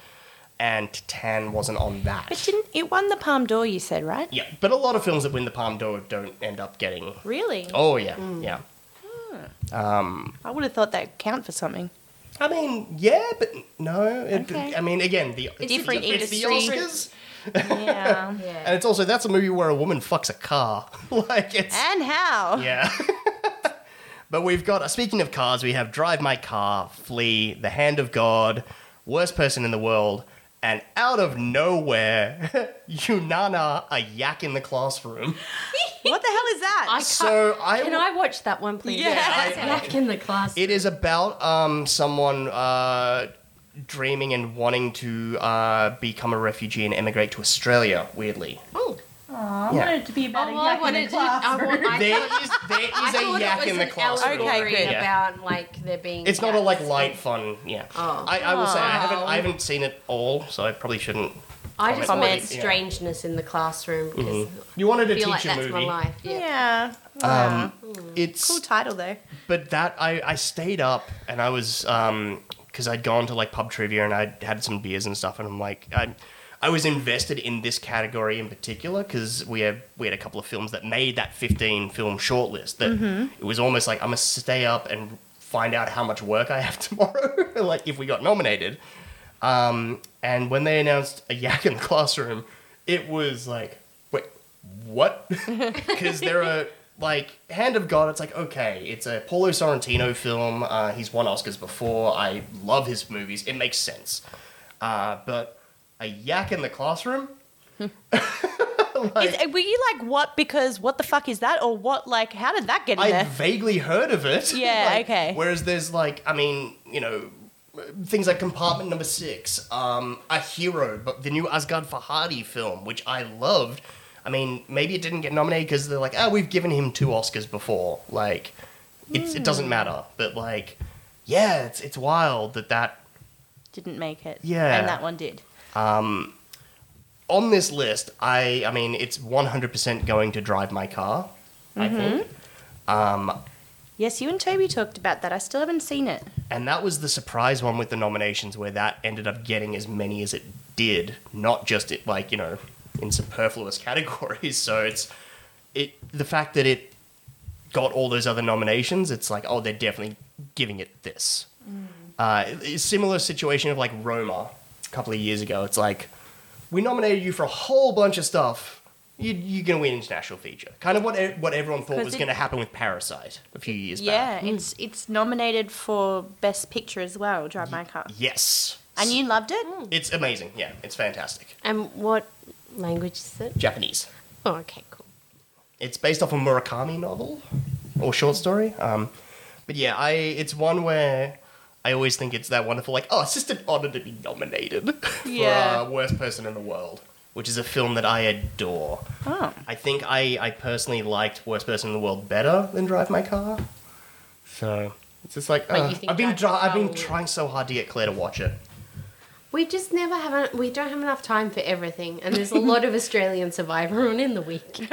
Speaker 1: and Titan wasn't on that.
Speaker 2: But didn't it won the Palm d'Or? You said right?
Speaker 1: yeah, but a lot of films that win the Palme d'Or don't end up getting.
Speaker 2: Really?
Speaker 1: Oh yeah, yeah.
Speaker 2: I would have thought that count for something.
Speaker 1: I mean, yeah, but no. It,
Speaker 2: Okay.
Speaker 1: I mean, again, the it's,
Speaker 2: Different
Speaker 1: it's the
Speaker 2: industry.
Speaker 1: Oscars,
Speaker 2: Yeah.
Speaker 3: Yeah.
Speaker 1: and it's also that's a movie where a woman fucks a car. like it's
Speaker 2: and how?
Speaker 1: yeah. but we've got uh, speaking of cars, we have Drive My Car, Flee, The Hand of God, Worst Person in the World, and out of nowhere, Yunana, a yak in the classroom.
Speaker 2: What the hell is that?
Speaker 3: I can't,
Speaker 1: So I
Speaker 3: can I watch that one, please?
Speaker 2: Yeah, I-
Speaker 3: It's back in the class.
Speaker 1: It is about um, someone uh, dreaming and wanting to uh, become a refugee and emigrate to Australia. Weirdly,
Speaker 3: oh,
Speaker 1: Yeah.
Speaker 4: it to be about
Speaker 2: Oh,
Speaker 3: well, I wanted to. I want. I
Speaker 1: there
Speaker 3: thought-
Speaker 1: is there
Speaker 3: I
Speaker 1: is
Speaker 3: thought
Speaker 1: a
Speaker 3: it
Speaker 1: yak
Speaker 3: was
Speaker 1: in the
Speaker 3: an
Speaker 1: classroom.
Speaker 2: Okay,
Speaker 3: allegory
Speaker 2: good.
Speaker 1: Yeah.
Speaker 3: about like there being.
Speaker 1: It's not a like
Speaker 3: cats.
Speaker 1: light fun. Yeah.
Speaker 3: Oh.
Speaker 1: I, I will say I haven't
Speaker 3: Oh.
Speaker 1: I haven't seen it all, so I probably shouldn't.
Speaker 3: I just
Speaker 2: Comment.
Speaker 3: wanted strangeness in the classroom because
Speaker 1: You wanted
Speaker 3: I
Speaker 1: to
Speaker 3: feel
Speaker 1: teach
Speaker 3: like
Speaker 1: a
Speaker 3: that's my
Speaker 1: movie.
Speaker 3: life. Yeah.
Speaker 2: yeah.
Speaker 1: Uh,
Speaker 2: Wow.
Speaker 1: Um, It's
Speaker 2: cool title though.
Speaker 1: but that I, I stayed up and I was um because I'd gone to like pub trivia and I'd had some beers and stuff and I'm like I I was invested in this category in particular because we had we had a couple of films that made that 15 film shortlist that it was almost like I'm gonna stay up and find out how much work I have tomorrow like if we got nominated um and when they announced a yak in the classroom it was like wait what? Because there are like Hand of God. It's like okay, it's a Paulo Sorrentino film. Uh, he's won Oscars before. I love his movies. It makes sense. Uh, but a yak in the classroom.
Speaker 2: Is, were you like what? Because what the fuck is that? Or what? Like how did that get in
Speaker 1: I
Speaker 2: there?
Speaker 1: vaguely heard of it.
Speaker 2: Yeah,
Speaker 1: Like,
Speaker 2: okay.
Speaker 1: Whereas there's like, I mean, you know, things like Compartment Number Six, um, A Hero, but the new Asgard Fahadi film, which I loved. I mean, maybe it didn't get nominated because they're like, oh, we've given him two Oscars before. Like, it's, it
Speaker 2: Hmm.
Speaker 1: doesn't matter. But like, yeah, it's it's wild that that
Speaker 2: Didn't make it.
Speaker 1: Yeah.
Speaker 2: And that one did.
Speaker 1: on this list, I I mean, it's 100% going to drive my car. I
Speaker 2: Mm-hmm.
Speaker 1: think.
Speaker 2: Yes, you and Toby talked about that. I still haven't seen it.
Speaker 1: And that was the surprise one with the nominations, where that ended up getting as many as it did, not just it like you know in superfluous categories. So it's it the fact that it got all those other nominations. It's like oh, they're definitely giving it this.
Speaker 2: Mm.
Speaker 1: Uh, it- it's similar situation of like Roma a couple of years ago. It's like we nominated you for a whole bunch of stuff. You, you're going to win international feature. Kind of what e- what everyone thought
Speaker 2: 'Cause
Speaker 1: was
Speaker 2: it-
Speaker 1: going to happen with Parasite a few years back.
Speaker 2: yeah, it's it's nominated for best picture as well. Drive My Car.
Speaker 1: Yes.
Speaker 2: And you loved it.
Speaker 1: It's amazing. Yeah, it's fantastic.
Speaker 3: And what language is it?
Speaker 1: Japanese.
Speaker 3: Oh, okay, cool.
Speaker 1: It's based off a Murakami novel or short story. Um, but yeah, I it's one where I always think it's that wonderful, like, oh, it's just an honor to be nominated for
Speaker 2: Yeah.
Speaker 1: uh, Worst Person in the World, which is a film that I adore.
Speaker 2: Oh.
Speaker 1: I think I, I personally liked Worst Person in the World better than Drive My Car. So It's just like
Speaker 3: Wait,
Speaker 1: uh,
Speaker 3: you think
Speaker 1: I've been
Speaker 3: Jack
Speaker 1: dri- I've been
Speaker 3: Bauer-
Speaker 1: trying so hard to get Claire to watch it.
Speaker 3: We just never have. En- we don't have enough time for everything, and there's a lot of Australian Survivor on in the week.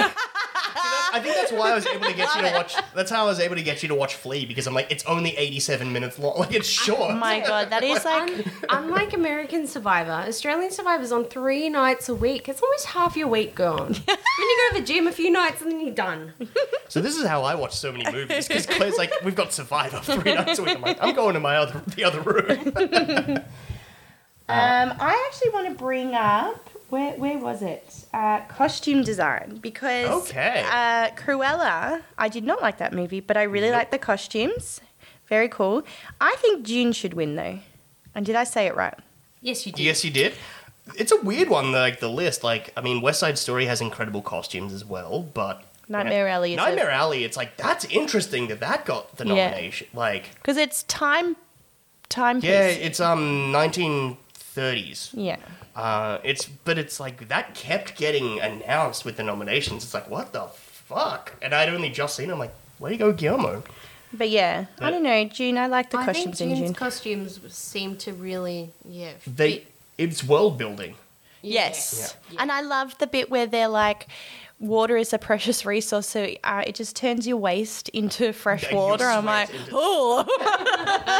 Speaker 1: I think that's why I was able to get you to
Speaker 2: Love it.
Speaker 1: watch. That's how I was able to get you to watch Flea because I'm like, it's only 87 minutes long. Like it's short.
Speaker 2: Oh my god, that is like
Speaker 3: Un- unlike American Survivor, Australian Survivor's on three nights a week. It's almost half your week gone. then you go to the gym a few nights and then you're done.
Speaker 1: so this is how I watch so many movies because Claire's like, we've got Survivor three nights a week. I'm like, I'm going to my other the other room. Uh,
Speaker 2: Um, I actually want to bring up where where was it? Uh, costume design because
Speaker 1: Okay.
Speaker 2: uh, Cruella. I did not like that movie, but I really
Speaker 1: Nope.
Speaker 2: like the costumes. Very cool. I think June should win though. And did I say it right?
Speaker 3: Yes, you do.
Speaker 1: yes, you did. It's a weird one, like the list. Like, I mean, West Side Story has incredible costumes as well, but
Speaker 2: Nightmare Alley.
Speaker 1: Nightmare Alley. It's like that's interesting that that got the
Speaker 2: Yeah.
Speaker 1: nomination. Like,
Speaker 2: Because it's time, time
Speaker 1: yeah,
Speaker 2: piece.
Speaker 1: it's um 1930s.
Speaker 2: Yeah.
Speaker 1: Uh, it's but it's like that kept getting announced with the nominations. It's like what the fuck? And I'd only just seen. it. I'm like, way to go, Guillermo.
Speaker 2: But yeah, I
Speaker 1: But-
Speaker 2: don't know. June, I like the
Speaker 3: I think
Speaker 2: costumes
Speaker 3: June's
Speaker 2: in June.
Speaker 3: costumes seem to really, yeah.
Speaker 1: They
Speaker 3: fit.
Speaker 1: it's world building.
Speaker 3: Yeah.
Speaker 2: Yes. And I love the bit where they're like, water is a precious resource, so uh, it just turns your waste into fresh
Speaker 1: Yeah, your
Speaker 2: water. I'm
Speaker 1: sweat
Speaker 2: like,
Speaker 1: into-
Speaker 2: oh.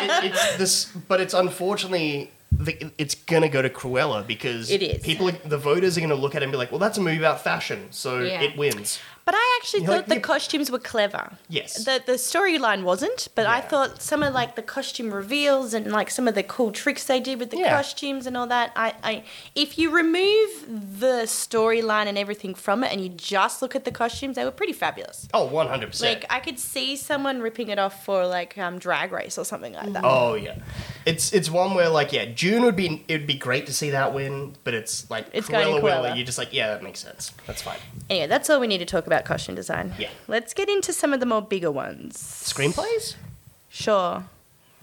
Speaker 1: It- it's this, but it's unfortunately. The, it's gonna go to Cruella because
Speaker 2: It is.
Speaker 1: people, the voters are gonna look at it and be like, "Well, that's a movie about fashion, so
Speaker 3: Yeah.
Speaker 1: it wins."
Speaker 2: But I actually
Speaker 1: You're
Speaker 2: thought
Speaker 1: like,
Speaker 2: the
Speaker 1: you-
Speaker 2: costumes were clever.
Speaker 1: Yes.
Speaker 2: The the storyline wasn't, but I
Speaker 1: Yeah.
Speaker 2: thought some of like the costume reveals and like some of the cool tricks they did with the
Speaker 1: Yeah.
Speaker 2: costumes and all that. I, I if you remove the storyline and everything from it and you just look at the costumes, they were pretty fabulous.
Speaker 1: Oh, 100 percent.
Speaker 2: Like I could see someone ripping it off for like um, drag race or something like that.
Speaker 1: Oh yeah, it's it's one where like yeah, June would be it'd be great to see that win, but it's like
Speaker 2: It's going to
Speaker 1: Cruella, will,
Speaker 2: Cruella.
Speaker 1: and You're just like yeah, that makes sense. That's fine.
Speaker 2: Anyway, that's all we need to talk about costume design.
Speaker 1: Yeah.
Speaker 2: Let's get into some of the more bigger ones.
Speaker 1: Screenplays.
Speaker 2: Sure.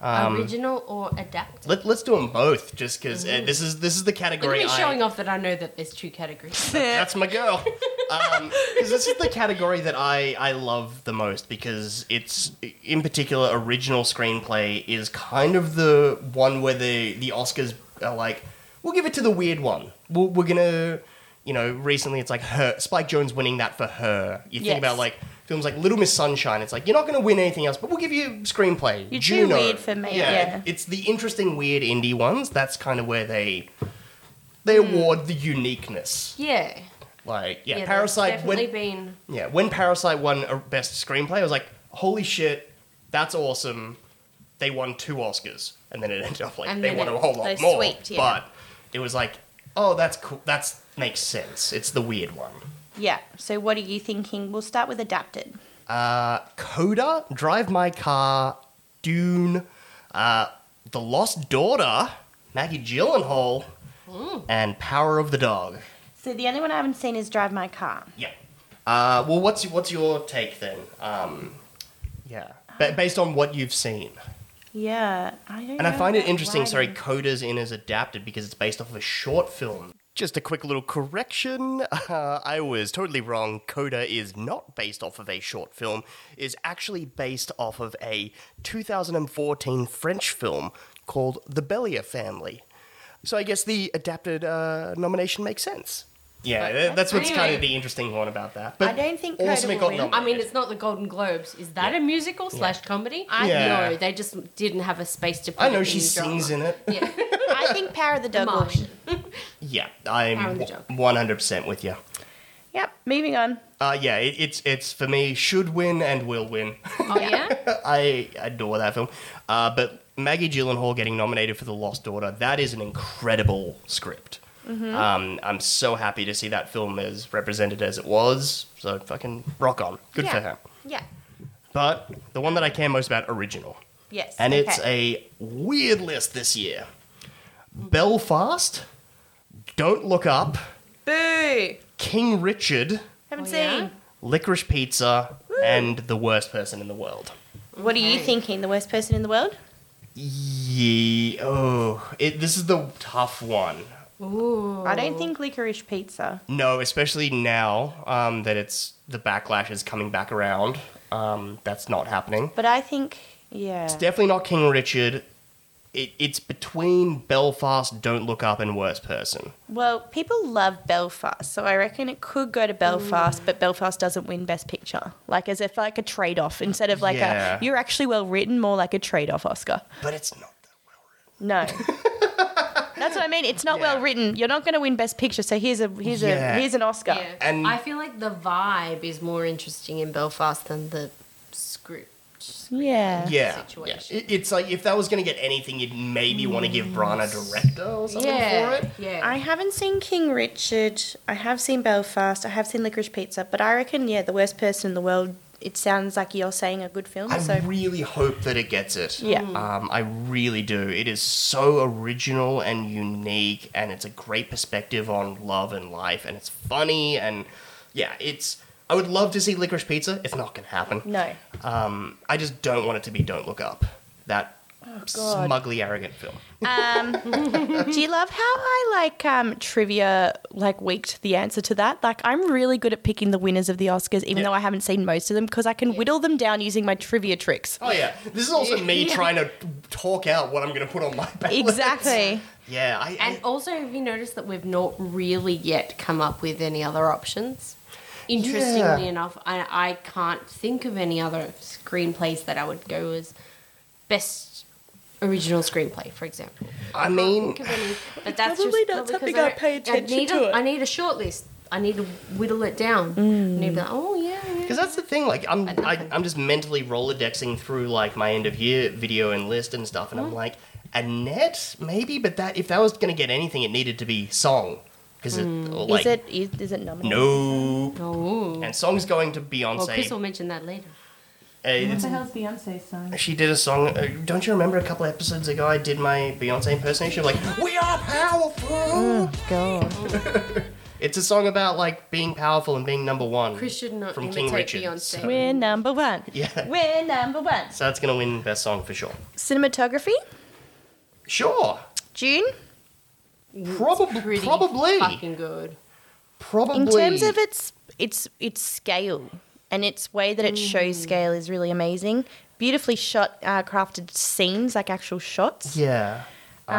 Speaker 1: um,
Speaker 3: Original or adapted.
Speaker 1: Let, let's do them both, just because uh, this is this is the
Speaker 3: Mm-hmm. Look at
Speaker 1: category.
Speaker 3: me
Speaker 1: I-
Speaker 3: showing off that I know that there's two categories.
Speaker 1: That's my girl. Because Um, this is the category that I, I love the most because it's, in particular, original screenplay is kind of the one where the, the Oscars are like, we'll give it to the weird one. We're, we're going to, you know, recently it's like her, Spike Jones winning that for her. You think
Speaker 2: Yes.
Speaker 1: about like films like Little Miss Sunshine, it's like, you're not going to win anything else, but we'll give you screenplay.
Speaker 2: You're too
Speaker 1: Juno.
Speaker 2: weird for me, yeah.
Speaker 1: It's the interesting, weird indie ones. That's kind of where they. They award the uniqueness.
Speaker 3: yeah.
Speaker 1: Like, yeah,
Speaker 3: that's
Speaker 1: Parasite.
Speaker 3: Definitely
Speaker 1: When,
Speaker 3: been.
Speaker 1: yeah, when Parasite won a Best Screenplay, I was like, holy shit, that's awesome. They won two Oscars, and then it ended up like
Speaker 3: And
Speaker 1: they
Speaker 3: then
Speaker 1: won a
Speaker 3: it-
Speaker 1: whole lot
Speaker 2: they
Speaker 1: more.
Speaker 2: swept, yeah.
Speaker 1: But it was like, oh, that's cool. That's makes sense. It's the weird one.
Speaker 2: Yeah. So what are you thinking? We'll start with adapted.
Speaker 1: Uh, Coda, Drive My Car, Dune, uh, The Lost Daughter, Maggie Gyllenhaal, and Power of the Dog.
Speaker 2: So the only one I haven't seen is Drive My Car.
Speaker 1: Yeah. Uh, well, what's what's your take then? Um, yeah, ba- based on what you've seen,
Speaker 2: Yeah, I don't.
Speaker 1: and I
Speaker 2: know
Speaker 1: find it
Speaker 2: about
Speaker 1: interesting. Sorry,
Speaker 2: writing.
Speaker 1: Coda's in as adapted because it's based off of a short film. Just a quick little correction. Uh, I was totally wrong. Coda is not based off of a short film. is actually based off of a 2014 French film called The Bellier Family. So I guess the adapted uh, nomination makes sense. Yeah, that- that's what's kind of
Speaker 3: Anyway.
Speaker 1: the interesting one about that.
Speaker 2: I don't think
Speaker 1: awesome
Speaker 2: Coda
Speaker 1: it
Speaker 2: will
Speaker 1: got
Speaker 2: win.
Speaker 1: nominated.
Speaker 3: I mean, it's not the Golden Globes. Is that a musical slash comedy? I
Speaker 1: Yeah.
Speaker 3: know. They just didn't have a space to. Put
Speaker 1: I know
Speaker 3: it
Speaker 1: she
Speaker 3: in
Speaker 1: sings
Speaker 3: drama.
Speaker 1: in it.
Speaker 3: Yeah.
Speaker 2: I think Power of the Dog. will
Speaker 3: Martian.
Speaker 2: win.
Speaker 1: Yeah,
Speaker 3: Power of
Speaker 1: I'm
Speaker 3: the Dog.
Speaker 1: one hundred percent with you.
Speaker 2: Yep. Moving on.
Speaker 1: Uh, yeah, it, it's it's for me should win and will win.
Speaker 3: Oh yeah.
Speaker 1: I adore that film. Uh, but Maggie Gyllenhaal getting nominated for The Lost Daughter that is an incredible script.
Speaker 2: Mm-hmm.
Speaker 1: Um, I'm so happy to see that film as represented as it was. So fucking rock on, good
Speaker 2: yeah.
Speaker 1: for her.
Speaker 2: Yeah.
Speaker 1: But the one that I care most about original.
Speaker 2: Yes.
Speaker 1: And it's
Speaker 2: okay.
Speaker 1: a weird list this year. Belfast, Don't Look Up,
Speaker 2: boo.
Speaker 1: King Richard,
Speaker 2: Haven't
Speaker 3: Oh, yeah?
Speaker 2: seen.
Speaker 1: Licorice Pizza, and The Worst Person in the World.
Speaker 2: What are you
Speaker 3: Okay.
Speaker 2: thinking? The worst person in the world?
Speaker 1: Yeah. Oh, it, this is the tough one.
Speaker 3: Ooh.
Speaker 2: I don't think licorice pizza.
Speaker 1: No, especially now um, that it's the backlash is coming back around. Um, that's not happening.
Speaker 2: But I think Yeah.
Speaker 1: It's definitely not King Richard. It, it's between Belfast, Don't Look Up, and Worst Person.
Speaker 2: Well, people love Belfast, so I reckon it could go to Belfast, but Belfast doesn't win Best Picture. Like as if like a trade off instead of like
Speaker 1: Yeah.
Speaker 2: a you're actually well written, more like a trade off Oscar.
Speaker 1: But it's not that well written.
Speaker 2: No. That's what I mean. It's not well
Speaker 1: Yeah.
Speaker 2: written. You're not going to win Best Picture, so here's a here's
Speaker 1: Yeah.
Speaker 2: a here's an Oscar.
Speaker 3: Yeah.
Speaker 1: And-
Speaker 3: I feel like the vibe is more interesting in Belfast than the script.
Speaker 2: Yeah.
Speaker 1: Yeah.
Speaker 3: Situation.
Speaker 1: yeah. It- it's like if that was going to get anything, you'd maybe want to give Bran a director or something for it.
Speaker 3: Yeah.
Speaker 2: I haven't seen King Richard. I have seen Belfast. I have seen Licorice Pizza, but I reckon yeah, the worst person in the world. It sounds like you're saying a good film.
Speaker 1: I
Speaker 2: so
Speaker 1: really hope that it gets it.
Speaker 2: Yeah. Mm.
Speaker 1: Um, I really do. It is so original and unique, and it's a great perspective on love and life, and it's funny, and yeah, it's. I would love to see Licorice Pizza. It's not going to happen.
Speaker 2: no.
Speaker 1: Um, I just don't want it to be Don't Look Up. That
Speaker 2: Oh, God.
Speaker 1: smugly arrogant film.
Speaker 2: Um, Do you love how I like um, trivia like weaked the answer to that? Like I'm really good at picking the winners of the Oscars, even
Speaker 1: Yeah.
Speaker 2: though I haven't seen most of them, because I can whittle them down using my trivia tricks.
Speaker 1: Oh yeah, this is also me
Speaker 3: Yeah.
Speaker 1: trying to talk out what I'm going to put on my ballot.
Speaker 2: Exactly.
Speaker 1: Yeah, I,
Speaker 3: and also, have you noticed that we've not really yet come up with any other options? Interestingly
Speaker 1: Yeah.
Speaker 3: enough, I, I can't think of any other screenplays that I would go as best original screenplay, for example.
Speaker 1: I, I mean,
Speaker 3: Think of any, but that's
Speaker 2: Probably
Speaker 3: just
Speaker 2: not
Speaker 3: because
Speaker 2: something I
Speaker 3: don't-
Speaker 2: pay attention
Speaker 3: need
Speaker 2: to
Speaker 3: A,
Speaker 2: it.
Speaker 3: I need a short list. I need to whittle it down. I need to be like, oh yeah, yeah.
Speaker 1: Because that's the thing, like I'm,
Speaker 3: don't
Speaker 1: I,
Speaker 3: think-
Speaker 1: I'm just mentally rollerdexing through like my end of year video and list and stuff,
Speaker 3: Mm-hmm.
Speaker 1: and I'm like, Annette, maybe, but that if that was gonna get anything, it needed to be song, because
Speaker 3: Mm.
Speaker 1: it or, like
Speaker 2: is it is, is it nominated?
Speaker 1: no,
Speaker 3: Oh,
Speaker 1: and song's going to
Speaker 3: well, Chris
Speaker 1: Beyonce.
Speaker 3: will mention that later.
Speaker 1: Uh, it's-
Speaker 2: hell's Beyonce's song?
Speaker 1: she did a song. Uh, don't you remember a couple episodes ago? I did my Beyonce impersonation. Like we are powerful.
Speaker 3: Mm.
Speaker 2: God.
Speaker 1: It's a song about like being powerful and being number one.
Speaker 3: Chris should not
Speaker 1: From King
Speaker 3: imitate
Speaker 1: Richard,
Speaker 3: Beyonce.
Speaker 1: so-
Speaker 2: We're number one.
Speaker 1: Yeah.
Speaker 2: We're number one.
Speaker 1: So that's gonna win best song for sure.
Speaker 2: Cinematography,
Speaker 1: Sure.
Speaker 2: June.
Speaker 1: Probably.
Speaker 3: Pretty
Speaker 1: probably.
Speaker 3: fucking good.
Speaker 1: Probably.
Speaker 2: In terms of its its its scale and its way that it
Speaker 1: Mm.
Speaker 2: shows scale is really amazing. Beautifully shot, uh, crafted scenes like actual shots.
Speaker 1: Yeah. Um,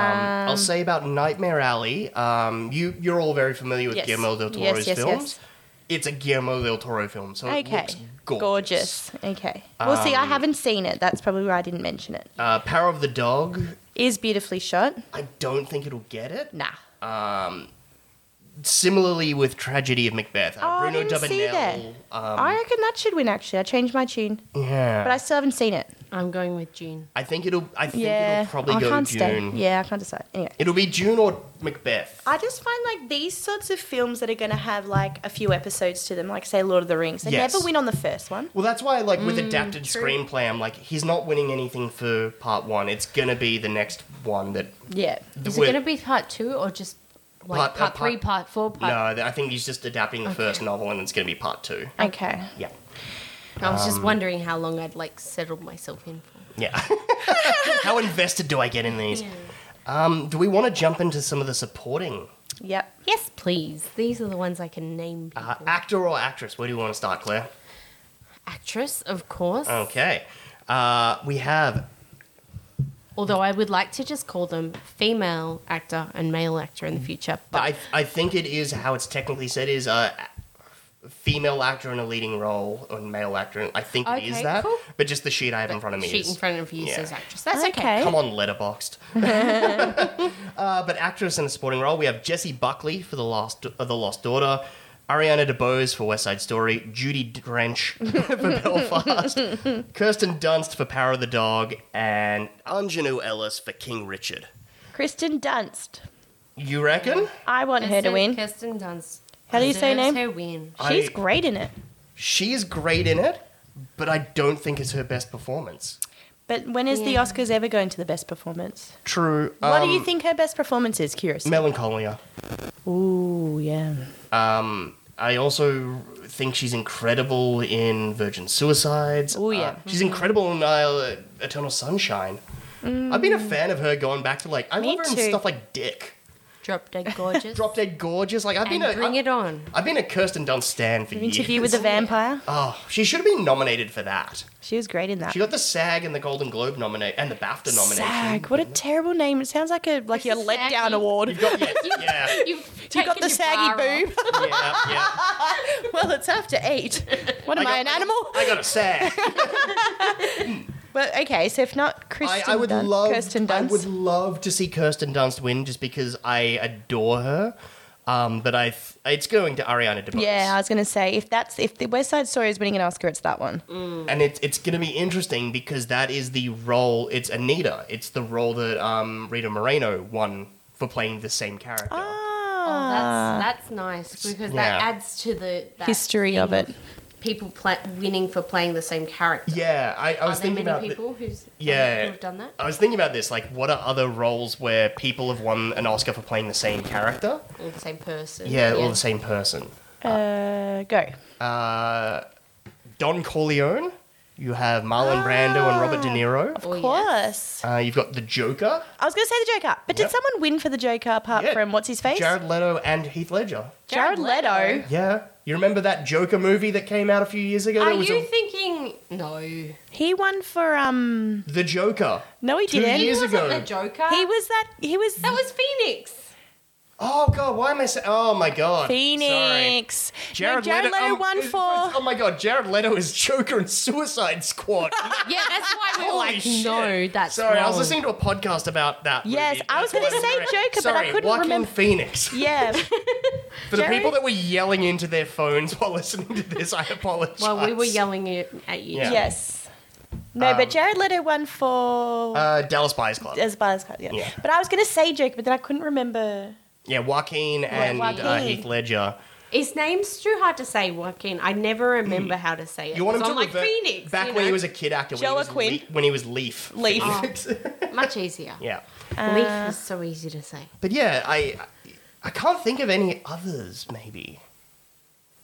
Speaker 1: I'll say about Nightmare Alley. Um, you you're all very familiar with
Speaker 2: Yes.
Speaker 1: Guillermo del
Speaker 2: Yes,
Speaker 1: Toro's
Speaker 2: yes,
Speaker 1: films.
Speaker 2: yes.
Speaker 1: It's a Guillermo del Toro film, so it
Speaker 2: Okay.
Speaker 1: looks gorgeous. Um,
Speaker 2: Gorgeous. Okay. Well, see, I haven't seen it. That's probably why I didn't mention it.
Speaker 1: Uh, Power of the Dog.
Speaker 2: Is beautifully shot.
Speaker 1: I don't think it'll get it.
Speaker 2: Nah.
Speaker 1: Similarly with Tragedy of Macbeth. Uh,
Speaker 2: Oh, I
Speaker 1: Bruno
Speaker 2: didn't see that.
Speaker 1: Dabinel. Um,
Speaker 2: I reckon that should win. Actually, I changed my tune,
Speaker 1: yeah.
Speaker 2: but I still haven't seen it.
Speaker 3: I'm going with June.
Speaker 1: I think it'll. I think
Speaker 2: yeah.
Speaker 1: it'll probably
Speaker 2: I
Speaker 1: go
Speaker 2: can't
Speaker 1: June.
Speaker 2: Stay. Yeah, I can't decide. Anyway.
Speaker 1: It'll be June or Macbeth.
Speaker 2: I just find like these sorts of films that are going to have like a few episodes to them, like say Lord of the Rings, they
Speaker 1: Yes.
Speaker 2: never win on the first one.
Speaker 1: Well, that's why, like, with
Speaker 3: Mm,
Speaker 1: adapted screenplay, I'm like, he's not winning anything for part one. It's gonna be the next one that.
Speaker 2: Yeah.
Speaker 1: the
Speaker 3: Is it
Speaker 1: win-
Speaker 3: going to be part two or just like
Speaker 1: Part-
Speaker 3: part,
Speaker 1: uh, part-
Speaker 3: three, part four, part?
Speaker 1: No, th- I think he's just adapting the first novel, and it's gonna be part two.
Speaker 2: Okay.
Speaker 1: Yeah, um,
Speaker 3: I was just wondering how long I'd like settled myself in for.
Speaker 1: yeah. How invested do I get in these? Um, do we want to jump into some of the supporting
Speaker 2: Yep.
Speaker 3: Yes, please. These are the ones I can name. People.
Speaker 1: uh, actor or actress? Where do you want to start, Claire?
Speaker 3: Actress, of course.
Speaker 1: Okay, uh, we have
Speaker 3: Although I would like to just call them female actor and male actor in the future. But
Speaker 1: I, I think it is how it's technically said is uh, a female actor in a leading role or male actor. in- I think it is
Speaker 3: Okay,
Speaker 1: that,
Speaker 3: cool.
Speaker 1: but just the sheet I have in front of me
Speaker 3: sheet
Speaker 1: is
Speaker 3: in front of you
Speaker 1: Yeah.
Speaker 3: says actress. That's okay.
Speaker 2: Okay.
Speaker 1: come on letterboxed. uh, but actress in a supporting role, we have Jessie Buckley for the Lost uh, the Lost Daughter. Ariana DeBose for West Side Story, Judy Drench for Belfast, Kirsten Dunst for Power of the Dog, and Anjanou Ellis for King Richard.
Speaker 2: Kristen Dunst.
Speaker 1: You reckon?
Speaker 2: I want her to
Speaker 3: Kirsten-
Speaker 2: win.
Speaker 3: Kirsten Dunst.
Speaker 2: How do you say her
Speaker 3: deserves
Speaker 2: name?
Speaker 3: Her win.
Speaker 2: She's
Speaker 1: I-
Speaker 2: great in it.
Speaker 1: She is great in it, but I don't think it's her best performance.
Speaker 2: But when is
Speaker 3: Yeah.
Speaker 2: the Oscars ever going to the best performance?
Speaker 1: True.
Speaker 2: what do
Speaker 1: um,
Speaker 2: you think her best performance is, Curious?
Speaker 1: Melancholia.
Speaker 2: Ooh, yeah.
Speaker 1: Um, I also think she's incredible in Virgin Suicides.
Speaker 2: Ooh, yeah.
Speaker 1: Uh, she's incredible in uh, Eternal Sunshine. I've been a fan of her going back to like I
Speaker 2: Me
Speaker 1: love her in
Speaker 2: too.
Speaker 1: stuff like Dick.
Speaker 3: Drop dead gorgeous.
Speaker 1: Drop Dead Gorgeous. Like I've been
Speaker 3: and
Speaker 1: a
Speaker 3: bring
Speaker 1: I-
Speaker 3: it on.
Speaker 1: I've been a Kirsten Dunst stan for years.
Speaker 2: Interview with a Vampire.
Speaker 1: Oh, she should have been nominated for that.
Speaker 2: She was great in that.
Speaker 1: She got the SAG and the Golden Globe nominate and the BAFTA nomination.
Speaker 2: SAG. What a terrible name. It sounds like a like a
Speaker 3: This is
Speaker 2: letdown
Speaker 3: saggy.
Speaker 2: award.
Speaker 1: You've got yeah, yeah,
Speaker 3: You've
Speaker 2: You got the saggy boob.
Speaker 1: yeah, yeah.
Speaker 2: well, it's after eight. What am I,
Speaker 1: got-
Speaker 2: an animal?
Speaker 1: I got a SAG.
Speaker 2: Well, okay. So if not Kristen,
Speaker 1: I, I would
Speaker 2: Dun-
Speaker 1: love.
Speaker 2: Kirsten Dunst.
Speaker 1: I would love to see Kirsten Dunst win, just because I adore her. Um, but I, th- it's going to Ariana DeBose.
Speaker 2: Yeah, I was gonna say if that's if the West Side Story is winning an Oscar, it's that one.
Speaker 1: Mm. and it's it's going to be interesting because that is the role. It's Anita. It's the role that um, Rita Moreno won for playing the same character.
Speaker 3: Oh,
Speaker 2: Ah,
Speaker 3: that's that's nice because that
Speaker 1: Yeah.
Speaker 3: adds to the that
Speaker 2: history of
Speaker 3: thing
Speaker 2: it.
Speaker 3: People pla winning for playing the same character.
Speaker 1: Yeah, I, I
Speaker 3: Are
Speaker 1: was
Speaker 3: there
Speaker 1: thinking
Speaker 3: many
Speaker 1: about. th-
Speaker 3: people who's
Speaker 1: Yeah.
Speaker 3: who've done that?
Speaker 1: I was thinking about this. Like, what are other roles where people have won an Oscar for playing the same character?
Speaker 3: All the same person.
Speaker 1: Yeah, or the same person.
Speaker 2: Uh, go.
Speaker 1: Uh, Don Corleone. You have Marlon Brando and Robert De Niro.
Speaker 3: Oh,
Speaker 2: Of
Speaker 3: yes.
Speaker 2: course.
Speaker 1: Uh, you've got the Joker,
Speaker 2: I was gonna say the Joker, but
Speaker 1: Yep.
Speaker 2: did someone win for the Joker apart
Speaker 1: Yeah.
Speaker 2: from what's his face?
Speaker 1: Jared Leto, and Heath Ledger.
Speaker 2: Jared Leto.
Speaker 1: Yeah, you remember that Joker movie that came out a few years ago?
Speaker 3: Are
Speaker 1: It was
Speaker 3: you
Speaker 1: a-
Speaker 3: thinking no? He
Speaker 2: He won for um.
Speaker 1: the Joker.
Speaker 2: No, he
Speaker 1: Two
Speaker 2: didn't.
Speaker 1: years-
Speaker 3: wasn't
Speaker 1: ago.
Speaker 3: the Joker.
Speaker 2: He was that. He was.
Speaker 3: that was Phoenix.
Speaker 1: Oh god, why am I saying? Oh my god, Sorry.
Speaker 2: Phoenix.
Speaker 1: Jared,
Speaker 2: no, Jared Leto,
Speaker 1: um,
Speaker 2: won
Speaker 1: is-
Speaker 2: for.
Speaker 1: Oh my god, Jared Leto is Joker and Suicide Squad.
Speaker 3: Yeah, that's why we were
Speaker 1: Holy
Speaker 3: like,
Speaker 1: shit.
Speaker 3: no, that's
Speaker 1: Sorry, I was
Speaker 3: wrong.
Speaker 1: listening to a podcast about that.
Speaker 2: Yes,
Speaker 1: movie.
Speaker 2: I was
Speaker 1: That's
Speaker 2: gonna
Speaker 1: why
Speaker 2: say
Speaker 1: remember-
Speaker 2: Joker, but I
Speaker 1: Sorry,
Speaker 2: couldn't
Speaker 1: Joaquin
Speaker 2: remember-
Speaker 1: Phoenix.
Speaker 2: Yeah.
Speaker 1: For the
Speaker 2: Jared-
Speaker 1: people that were yelling into their phones while listening to this, I apologize.
Speaker 3: Well, we were yelling it at you.
Speaker 1: Yeah. Um,
Speaker 2: Yes. No, but Jared Leto won for.
Speaker 1: Uh, Dallas Buyers Club.
Speaker 2: as Buzz Cut, yeah.
Speaker 1: Yeah.
Speaker 2: But I was going to say Joker, but then I couldn't remember.
Speaker 1: Yeah, Joaquin and Uh,
Speaker 2: Joaquin.
Speaker 1: Heath Ledger.
Speaker 3: His name's too hard to say, Joaquin. I never remember how to say it.
Speaker 1: Mm. You want him
Speaker 3: So
Speaker 1: to
Speaker 3: I'm like
Speaker 1: revert
Speaker 3: Phoenix
Speaker 1: back
Speaker 3: you
Speaker 1: when he
Speaker 3: know?
Speaker 1: was a kid actor. When
Speaker 2: Joaquin.
Speaker 1: He was Le- when he was Leaf.
Speaker 2: Leaf.
Speaker 1: Phoenix.
Speaker 3: much easier.
Speaker 1: yeah,
Speaker 2: Uh,
Speaker 3: Leaf is so easy to say.
Speaker 1: but yeah, I I can't think of any others. Maybe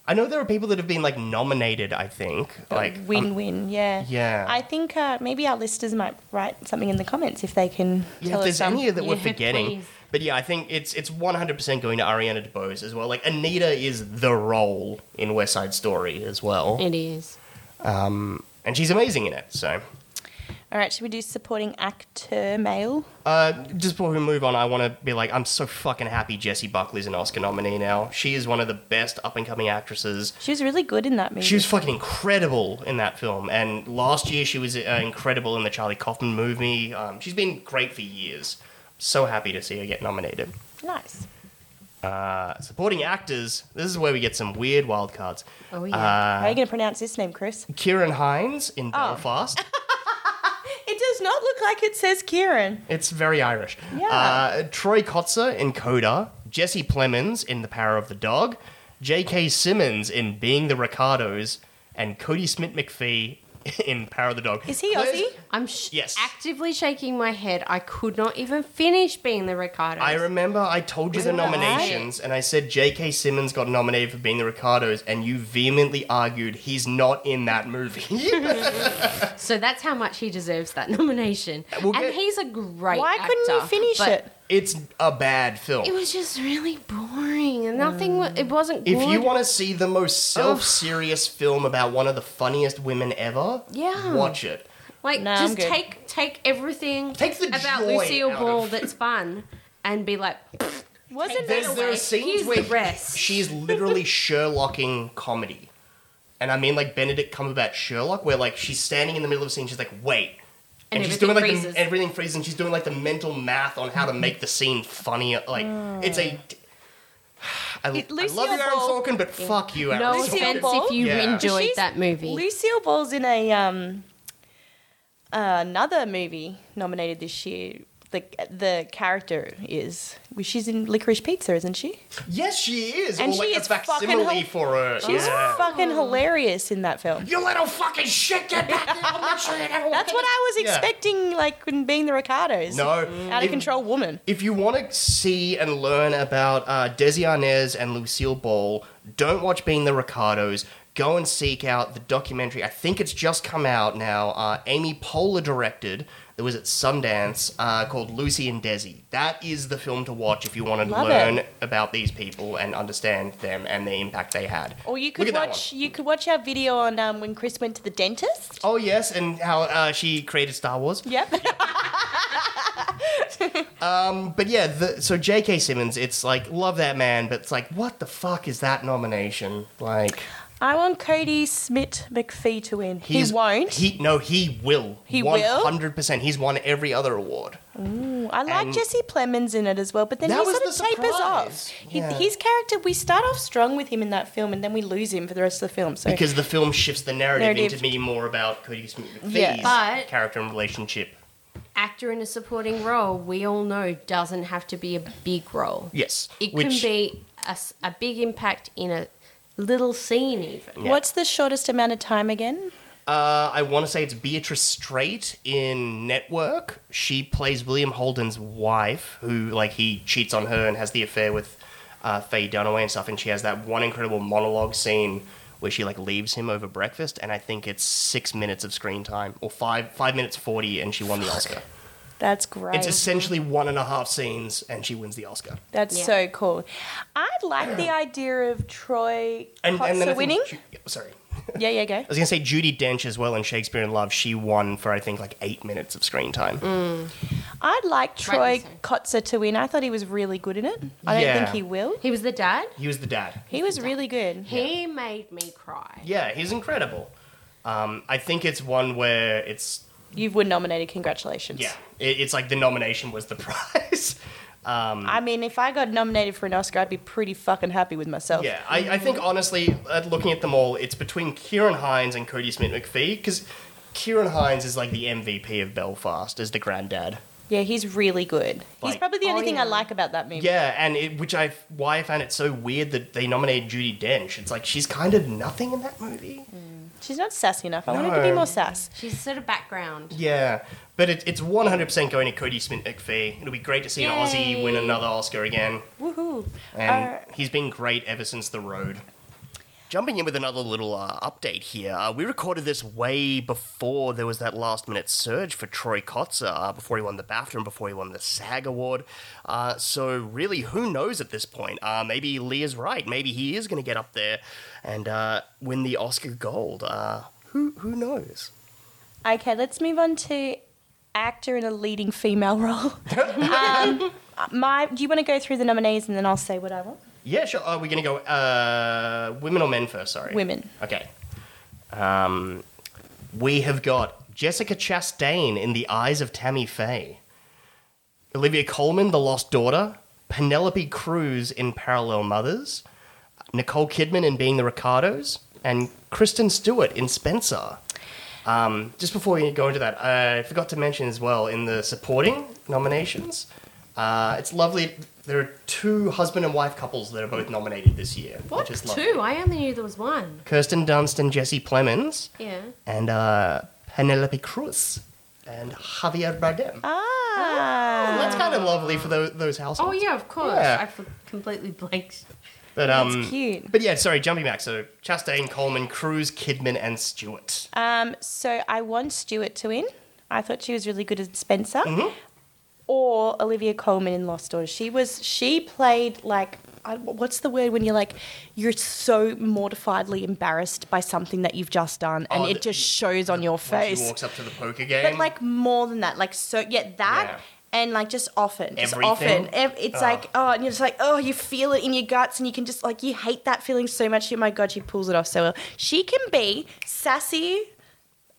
Speaker 1: I know there are people that have been like nominated. I think like um,
Speaker 2: win-win, yeah.
Speaker 1: yeah.
Speaker 2: I think uh, maybe our listeners might write something in the comments if they can
Speaker 1: Yeah, if
Speaker 2: tell us
Speaker 1: there's
Speaker 2: some.
Speaker 1: any that we're
Speaker 3: Yeah,
Speaker 1: forgetting.
Speaker 3: please.
Speaker 1: But yeah, I think it's it's 100% going to Ariana DeBose as well. Like Anita is the role in West Side Story as well,
Speaker 3: It is.
Speaker 1: um, and she's amazing in it. So
Speaker 2: All right, should we do supporting actor male?
Speaker 1: Uh, just before we move on, I want to be like, I'm so fucking happy Jessie Buckley's an Oscar nominee now. She is one of the best up and coming actresses.
Speaker 2: She was really good in that movie.
Speaker 1: She was fucking incredible in that film, and last year she was uh, incredible in the Charlie Kaufman movie. Um, she's been great for years. So happy to see her get nominated.
Speaker 2: nice.
Speaker 1: Uh, supporting actors. This is where we get some weird wild cards.
Speaker 3: Oh, yeah.
Speaker 1: Uh,
Speaker 2: How are you going to pronounce this name, Chris?
Speaker 1: Kieran Hines in Belfast.
Speaker 2: It does not look like it says Kieran.
Speaker 1: It's very Irish.
Speaker 2: Yeah.
Speaker 1: Uh, Troy Kotzer in Coda, Jesse Plemons in The Power of the Dog, J.K. Simmons in Being the Ricardos, and Cody Smith McPhee in Power of the Dog.
Speaker 2: Is he
Speaker 1: Claire's-
Speaker 2: Aussie?
Speaker 3: I'm sh-
Speaker 1: Yes.
Speaker 3: actively shaking my head. I could not even finish being the Ricardo.
Speaker 1: I remember I told you the
Speaker 3: Isn't that right?
Speaker 1: nominations, and I said J.K. Simmons got nominated for Being the Ricardos, and you vehemently argued he's not in that movie.
Speaker 3: so that's how much he deserves that nomination.
Speaker 1: Uh, We'll
Speaker 3: and
Speaker 1: get-
Speaker 3: he's a great.
Speaker 2: Why couldn't you
Speaker 3: actor,
Speaker 2: finish
Speaker 3: but
Speaker 2: it?
Speaker 1: it's a bad film.
Speaker 3: It was just really boring, and nothing. wa- It wasn't.
Speaker 1: if
Speaker 3: good.
Speaker 1: you want to see the most self-serious film about one of the funniest women ever,
Speaker 3: Yeah.
Speaker 1: watch it.
Speaker 3: Like
Speaker 2: No, I'm
Speaker 3: just
Speaker 2: good.
Speaker 3: take take everything
Speaker 1: Take the
Speaker 3: about
Speaker 1: joy
Speaker 3: Lucille
Speaker 1: out
Speaker 3: Ball
Speaker 1: of-
Speaker 3: that's fun and be like
Speaker 2: Wasn't
Speaker 1: There's,
Speaker 2: that
Speaker 1: there are
Speaker 3: away.
Speaker 1: scenes
Speaker 3: Here's
Speaker 1: where
Speaker 3: the rest.
Speaker 1: she's literally Sherlocking comedy. And I mean like Benedict Cumberbatch Sherlock, where like she's standing in the middle of a scene, she's like, wait. And,
Speaker 3: And
Speaker 1: she's
Speaker 3: everything
Speaker 1: doing like
Speaker 3: freezes.
Speaker 1: The, everything freezes, and she's doing like the mental math on how to make the scene funnier. Like it's a I, I
Speaker 2: Mm. It-
Speaker 1: love
Speaker 2: Lucille
Speaker 1: you, Aaron
Speaker 2: Ball-
Speaker 1: Sorkin, but fuck you, Aaron
Speaker 3: no
Speaker 1: Sorkin.
Speaker 2: Lucille
Speaker 3: offense
Speaker 2: Ball?
Speaker 3: if you
Speaker 1: Yeah.
Speaker 3: enjoyed
Speaker 2: She's-
Speaker 3: that movie.
Speaker 2: Lucille Ball's in a um, another movie nominated this year. The the character is well, she's in Licorice Pizza, isn't she?
Speaker 1: Yes, she is.
Speaker 2: And
Speaker 1: or, like,
Speaker 2: she
Speaker 1: a
Speaker 2: is fucking
Speaker 1: facsimile
Speaker 2: hel-
Speaker 1: for her.
Speaker 2: She's
Speaker 1: yeah.
Speaker 2: fucking hilarious in that film.
Speaker 1: You little fucking shit, get back there! I'll make sure you never
Speaker 2: That's what I was
Speaker 1: Yeah.
Speaker 2: expecting, like when being the Ricardos.
Speaker 1: No.
Speaker 2: out of
Speaker 1: If-
Speaker 2: control woman.
Speaker 1: If you want to see and learn about uh, Desi Arnaz and Lucille Ball, don't watch Being the Ricardos. Go and seek out the documentary. I think it's just come out now. Uh, Amy Poehler directed. That was at Sundance uh, called Lucy and Desi. That is the film to watch if you want to
Speaker 2: Love
Speaker 1: learn about these people and understand them and the impact they had.
Speaker 2: Or you
Speaker 1: Look
Speaker 2: could
Speaker 1: at that
Speaker 2: watch you could watch our video on um, when Chris went to the dentist.
Speaker 1: Oh yes, and how uh, she created Star Wars.
Speaker 2: Yep.
Speaker 1: But yeah, the, so J.K. Simmons, it's like love that man, but it's like what the fuck is that nomination? Like
Speaker 2: I want Cody Smith McPhee to win.
Speaker 1: he's-
Speaker 2: he won't.
Speaker 1: He no, he will.
Speaker 2: He will?
Speaker 1: 100%. He's won every other award.
Speaker 2: Ooh, I like
Speaker 1: and-
Speaker 2: Jesse Plemons in it as well, but then he
Speaker 1: That was
Speaker 2: sort of
Speaker 1: the
Speaker 2: tapers
Speaker 1: surprise.
Speaker 2: off. He,
Speaker 1: Yeah.
Speaker 2: His character, we start off strong with him in that film, and then we lose him for the rest of the film. So
Speaker 1: Because the film shifts the narrative,
Speaker 2: Narrative.
Speaker 1: into being more about Cody Smith
Speaker 2: Yeah.
Speaker 1: McPhee's
Speaker 3: But-
Speaker 1: character and relationship.
Speaker 3: Actor in a supporting role, we all know, doesn't have to be a big role.
Speaker 1: Yes.
Speaker 3: It
Speaker 1: which-
Speaker 3: can be a, s- a big impact in a little scene, even.
Speaker 1: Yeah.
Speaker 2: what's the shortest amount of time again?
Speaker 1: Uh, I want to say it's Beatrice Straight in Network. She plays William Holden's wife, who like he cheats on her and has the affair with uh, Faye Dunaway and stuff. And she has that one incredible monologue scene where she like leaves him over breakfast, and I think it's six minutes of screen time or five five minutes forty, and she won the Oscar.
Speaker 2: That's great.
Speaker 1: It's essentially one and a half scenes, and she wins the Oscar.
Speaker 2: That's
Speaker 3: Yeah.
Speaker 2: so cool. I like the idea of Troy
Speaker 1: And, and then I
Speaker 2: Kotzer
Speaker 1: think
Speaker 2: winning.
Speaker 1: Ju- yeah, sorry.
Speaker 2: Yeah, yeah, go.
Speaker 1: I was gonna say Judy Dench as well in Shakespeare in Love. She won for I think like eight minutes of screen time.
Speaker 2: I'd like Troy
Speaker 3: so.
Speaker 2: Kotzer to win. I thought he was really good in it. I don't
Speaker 1: Yeah.
Speaker 2: think he
Speaker 1: Oh.
Speaker 2: will.
Speaker 3: He was the dad.
Speaker 1: He was the dad.
Speaker 2: He was really good.
Speaker 3: He made me cry.
Speaker 1: Yeah, he's incredible. Um, I think it's one where it's
Speaker 2: You were nominated. Congratulations.
Speaker 1: yeah, it, it's like the nomination was the prize. Um,
Speaker 2: I mean, if I got nominated for an Oscar, I'd be pretty fucking happy with myself.
Speaker 1: yeah, I, I think honestly, uh, looking at them all, it's between Kieran Hines and Cody Smith McPhee because Kieran Hines is like the MVP of Belfast as the granddad.
Speaker 2: Yeah, he's really good. he's
Speaker 1: Like-
Speaker 2: probably the only
Speaker 3: Oh,
Speaker 2: thing
Speaker 3: yeah.
Speaker 2: I like about that movie.
Speaker 1: Yeah, and it, which I why I found it so weird that they nominated Judy Dench. It's like she's kind of nothing in that movie.
Speaker 2: She's not sassy enough. I want her to be
Speaker 1: No.
Speaker 2: more sass.
Speaker 3: She's sort of background.
Speaker 1: Yeah, but it, it's one hundred percent going to Cody Smith McPhee. It'll be great to see an Aussie win
Speaker 3: Yay.
Speaker 1: another Oscar again.
Speaker 2: Woohoo.
Speaker 1: and
Speaker 2: Uh,
Speaker 1: he's been great ever since the road. Jumping in with another little uh, update here. Uh, we recorded this way before there was that last minute surge for Troy Kotzer, uh, before he won the BAFTA and before he won the SAG Award. Uh, so, really, who knows at this point? Uh, maybe Leah's right. Maybe he is going to get up there and uh, win the Oscar gold. Uh, who, who knows?
Speaker 2: Okay, let's move on to actor in a leading female role. um, my, do you want to go through the nominees and then I'll say what I want?
Speaker 1: Yeah, sure. Are we going to go uh, women or men first? Sorry.
Speaker 2: Women.
Speaker 1: Okay. Um, we have got Jessica Chastain in The Eyes of Tammy Faye, Olivia Colman, The Lost Daughter, Penelope Cruz in Parallel Mothers, Nicole Kidman in Being the Ricardos, and Kristen Stewart in Spencer. Um, just before we go into that, I forgot to mention as well in the supporting nominations, uh, it's lovely. There are two husband and wife couples that are both nominated this year.
Speaker 3: What?
Speaker 1: Which is lovely.
Speaker 3: Two? I only knew there was one.
Speaker 1: Kirsten Dunst and Jesse Plemons,
Speaker 3: Yeah.
Speaker 1: and uh, Penelope Cruz and Javier Bardem.
Speaker 2: Ah.
Speaker 1: That's kind of lovely for those, those
Speaker 3: Oh,
Speaker 1: households.
Speaker 3: yeah, of course.
Speaker 1: Yeah.
Speaker 3: I f- completely blanked.
Speaker 1: but um,
Speaker 2: That's cute.
Speaker 1: But yeah, sorry, jumping back. So Chastain, Coleman, Cruz, Kidman, and Stewart.
Speaker 2: Um, so I want Stuart to win. I thought she was really good as Spencer.
Speaker 1: Mm-hmm.
Speaker 2: Or Olivia Colman in Lost Daughter. She was. She played like. I, what's the word when you're like you're so mortifiedly embarrassed by something that you've just done and
Speaker 1: Oh,
Speaker 2: it
Speaker 1: the-
Speaker 2: just shows on your
Speaker 1: When
Speaker 2: face.
Speaker 1: She walks up to the poker game.
Speaker 2: But like more than that, like so, yeah, that
Speaker 1: Yeah.
Speaker 2: and like just often, just
Speaker 1: Everything.
Speaker 2: often, Ev- it's
Speaker 1: Oh.
Speaker 2: like oh, and you're just like oh, you feel it in your guts, and you can just like you hate that feeling so much. You, my God, she pulls it off so well. She can be sassy.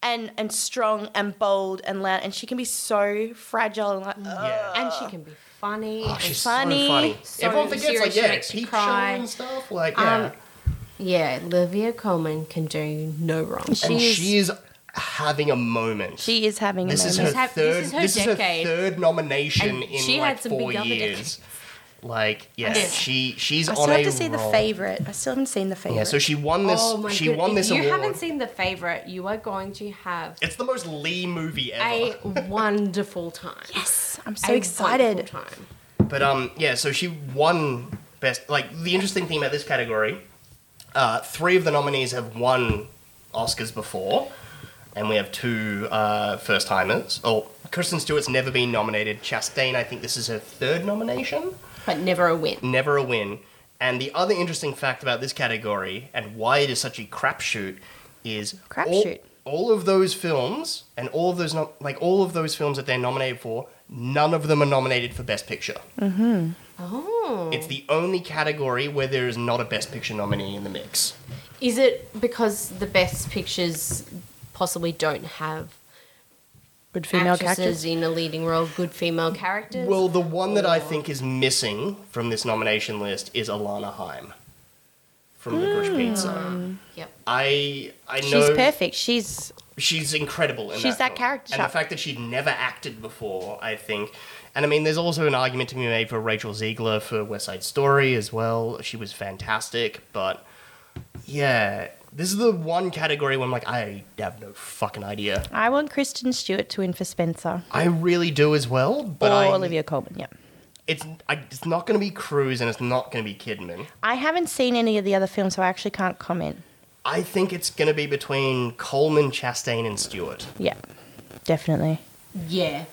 Speaker 2: And, and strong and bold and loud and she can be so fragile and like ugh.
Speaker 1: yeah.
Speaker 3: And she can be uh, funny.
Speaker 1: Uh. Oh,
Speaker 3: and
Speaker 1: she's
Speaker 2: funny.
Speaker 1: so funny.
Speaker 3: So
Speaker 1: Everyone forgets, like,
Speaker 3: serious, she
Speaker 1: yeah,
Speaker 3: makes you
Speaker 1: peep show
Speaker 3: cry.
Speaker 1: and stuff. Like, yeah.
Speaker 3: Um, Yeah, Olivia Coleman can do no wrong. She
Speaker 1: and
Speaker 3: is.
Speaker 1: she is having a moment.
Speaker 2: she is having
Speaker 1: This
Speaker 2: a
Speaker 1: is
Speaker 2: moment.
Speaker 1: her
Speaker 3: She's hap-
Speaker 1: third.
Speaker 3: this is her decade.
Speaker 1: third nomination
Speaker 3: And
Speaker 1: in
Speaker 3: she
Speaker 1: like
Speaker 3: had some
Speaker 1: four
Speaker 3: big other
Speaker 1: years. Like yeah,
Speaker 3: Yeah.
Speaker 1: she she's
Speaker 2: I
Speaker 1: on
Speaker 2: still
Speaker 1: a
Speaker 2: have to see
Speaker 1: roll.
Speaker 2: the favorite. I still haven't seen the favorite.
Speaker 1: Yeah, so she won this.
Speaker 3: oh my
Speaker 1: she
Speaker 3: goodness.
Speaker 1: won this
Speaker 3: if
Speaker 1: award.
Speaker 3: you haven't seen The Favourite, you are going to have
Speaker 1: it's the most Lee movie ever.
Speaker 3: a wonderful time.
Speaker 2: yes, I'm so
Speaker 3: A
Speaker 2: excited.
Speaker 3: wonderful time.
Speaker 1: But um, yeah, so she won best. Like the interesting thing about this category Uh, three of the nominees have won Oscars before, and we have two uh, first timers. Oh, Kristen Stewart's never been nominated. Chastain, I think this is her third nomination.
Speaker 3: But never a win.
Speaker 1: Never a win. And the other interesting fact about this category and why it is such a crapshoot is
Speaker 2: Crapshoot.
Speaker 1: All, all of those films and all of those nom- like all of those films that they're nominated for, none of them are nominated for Best Picture.
Speaker 3: Oh.
Speaker 1: It's the only category where there is not a Best Picture nominee in the mix.
Speaker 3: Is it because the best pictures possibly don't have
Speaker 2: Good
Speaker 3: actresses in a leading role, good female characters?
Speaker 1: Well, the one that I think is missing from this nomination list is Alana Heim from Licorice Pizza.
Speaker 3: yep.
Speaker 1: I I know
Speaker 2: Hmm. She's perfect. She's
Speaker 1: she's incredible in
Speaker 2: She's that
Speaker 1: film.
Speaker 2: character
Speaker 1: and the
Speaker 2: shot.
Speaker 1: fact that she'd never acted before i think and i mean there's also an argument to be made for rachel ziegler for west side story as well she was fantastic but yeah this is the one category where i'm like i have no fucking idea
Speaker 2: I want Kristen Stewart to win for Spencer
Speaker 1: i really do as well but
Speaker 2: or
Speaker 3: Oh,
Speaker 1: I,
Speaker 2: Olivia Colman. Yeah.
Speaker 1: it's I, it's not going to be cruz and it's not going to be kidman
Speaker 2: I haven't seen any of the other films, so I actually can't comment.
Speaker 1: i think it's going to be between coleman chastain and stewart
Speaker 2: Yeah, definitely.
Speaker 3: Yeah.